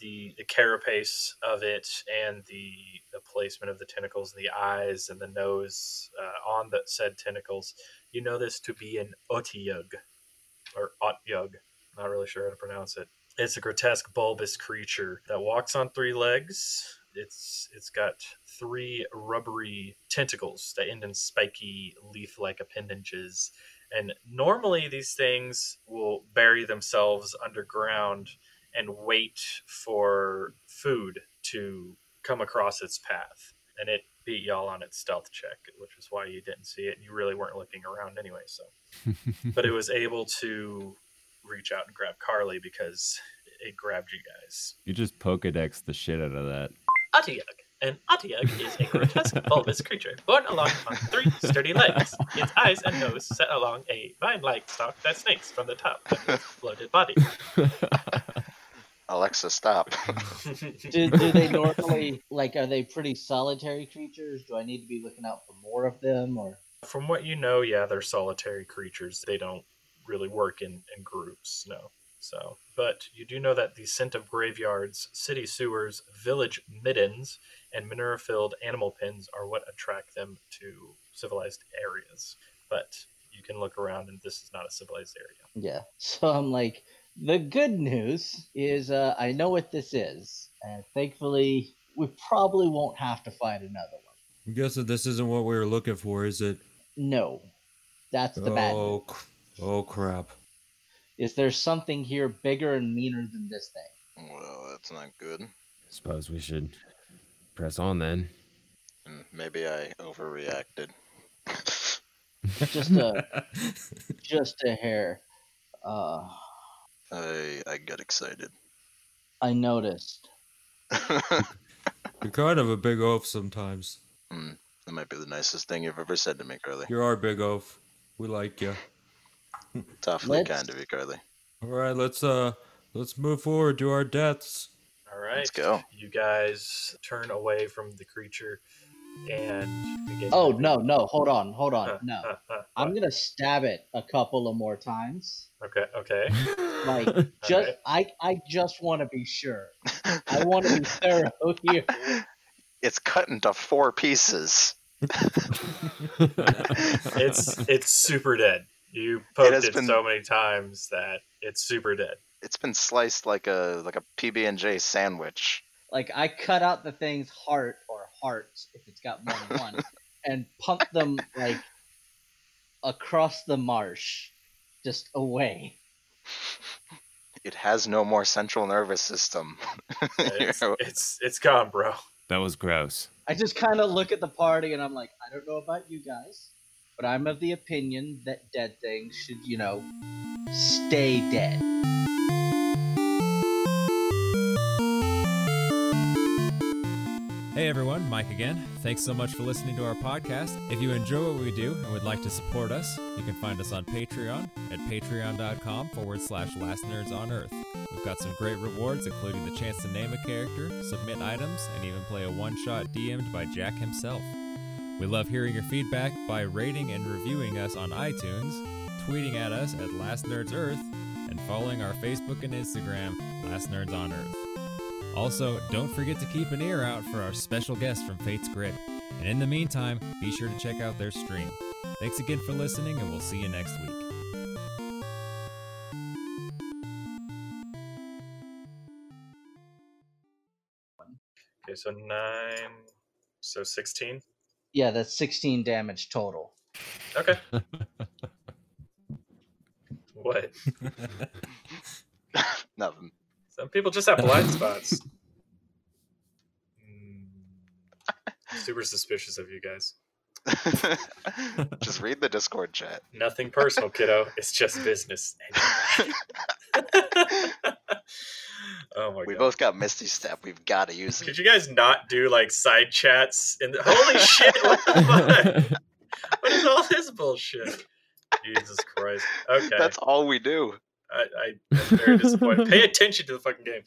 Speaker 2: the the carapace of it and the the placement of the tentacles and the eyes and the nose uh, on the said tentacles, you know this to be an otyug or otyug. Not really sure how to pronounce it. It's a grotesque bulbous creature that walks on three legs. It's it's got three rubbery tentacles that end in spiky leaf-like appendages. And normally these things will bury themselves underground and wait for food to come across its path. And it beat y'all on its stealth check, which is why you didn't see it. And you really weren't looking around anyway. So, but it was able to reach out and grab Carly because it grabbed you guys.
Speaker 1: You just Pokedex the shit out of that.
Speaker 2: Atiyag. An Atiyag is a grotesque bulbous creature born along on three sturdy legs. Its eyes and nose set along a vine-like stalk that snakes from the top of its bloated body. [LAUGHS]
Speaker 6: Alexa, stop. [LAUGHS]
Speaker 4: Do, do they normally like? Are they pretty solitary creatures? Do I need to be looking out for more of them, or
Speaker 2: From what you know, yeah, they're solitary creatures. They don't really work in, in groups, no. So, but you do know that the scent of graveyards, city sewers, village middens, and manure filled animal pens are what attract them to civilized areas. But you can look around, and this is not a civilized area.
Speaker 4: Yeah. [LAUGHS] So I'm like, the good news is uh, I know what this is, and thankfully we probably won't have to fight another one.
Speaker 7: I'm guessing this isn't what we were looking for, is it?
Speaker 4: No, that's the bad. news.
Speaker 7: oh, cr- oh crap.
Speaker 4: Is there something here bigger and meaner than this thing?
Speaker 6: well, that's not good.
Speaker 8: Suppose we should press on then.
Speaker 6: And Mm, maybe I overreacted. [LAUGHS]
Speaker 4: Just a, just a hair. Uh,
Speaker 6: I I got excited. [LAUGHS]
Speaker 4: I noticed.
Speaker 6: that
Speaker 7: You're kind of a big oaf sometimes.
Speaker 6: might be the nicest thing you've ever said to me, Carly.
Speaker 7: You're our big oaf. We like you.
Speaker 6: Awfully
Speaker 4: Let's-
Speaker 6: kind of you, Carly.
Speaker 7: All right, let's uh, let's move forward to our deaths.
Speaker 2: All right.
Speaker 6: go.
Speaker 2: You guys turn away from the creature and begin. Uh,
Speaker 4: Oh no, no, hold on, hold
Speaker 2: Huh,
Speaker 4: on, no.
Speaker 2: huh, huh.
Speaker 4: I'm gonna stab it a couple of more times.
Speaker 2: Okay, okay.
Speaker 1: [LAUGHS]
Speaker 4: Like just I I just wanna be sure. I wanna be thorough here.
Speaker 6: [LAUGHS] It's cut into four pieces.
Speaker 2: It's it's super dead. You poked
Speaker 6: has
Speaker 2: it
Speaker 6: been-
Speaker 2: so many times that it's super
Speaker 6: [LAUGHS]
Speaker 2: dead.
Speaker 6: It's been sliced like a like a PB and J sandwich.
Speaker 4: Like I cut out the thing's heart or hearts if it's got more than one and pump them like across the marsh. Just away.
Speaker 6: It has no more central nervous system. [LAUGHS]
Speaker 2: It's it's, it's gone, bro.
Speaker 8: That was gross.
Speaker 4: I just kind of look at the party and I'm like, I don't know about you guys, but I'm of the opinion that dead things should, you know, stay dead.
Speaker 9: Hey everyone, Mike again. Thanks so much for listening to our podcast. If you enjoy what we do and would like to support us, you can find us on Patreon at patreon.com forward slash last nerds on earth. We've got some great rewards, including the chance to name a character, submit items, and even play a one shot DM'd by Jack himself. We love hearing your feedback by rating and reviewing us on iTunes, tweeting at us at Last Nerds Earth, and following our Facebook and Instagram, Last Nerds on Earth. Also, don't forget to keep an ear out for our special guest from Fate's Grip. And in the meantime, be sure to check out their stream. Thanks again for listening, and we'll see you next week.
Speaker 2: Okay, so nine, so sixteen.
Speaker 4: Yeah, that's 16 damage total.
Speaker 2: Okay. what?
Speaker 6: Nothing. [LAUGHS]
Speaker 2: Some people just have blind spots. Mm. Hmm. Super suspicious of you guys.
Speaker 6: Just read the Discord chat. [LAUGHS]
Speaker 2: Nothing personal, kiddo. It's just business. oh my
Speaker 6: we
Speaker 2: god.
Speaker 6: both got Misty Step. We've got to use it.
Speaker 2: Could you guys not do like side chats? And
Speaker 6: [LAUGHS]
Speaker 2: holy shit! What the fuck? What is all this bullshit? Jesus Christ. Okay.
Speaker 6: That's all we do.
Speaker 2: [LAUGHS] I, I, I'm very disappointed. Pay attention to the fucking game.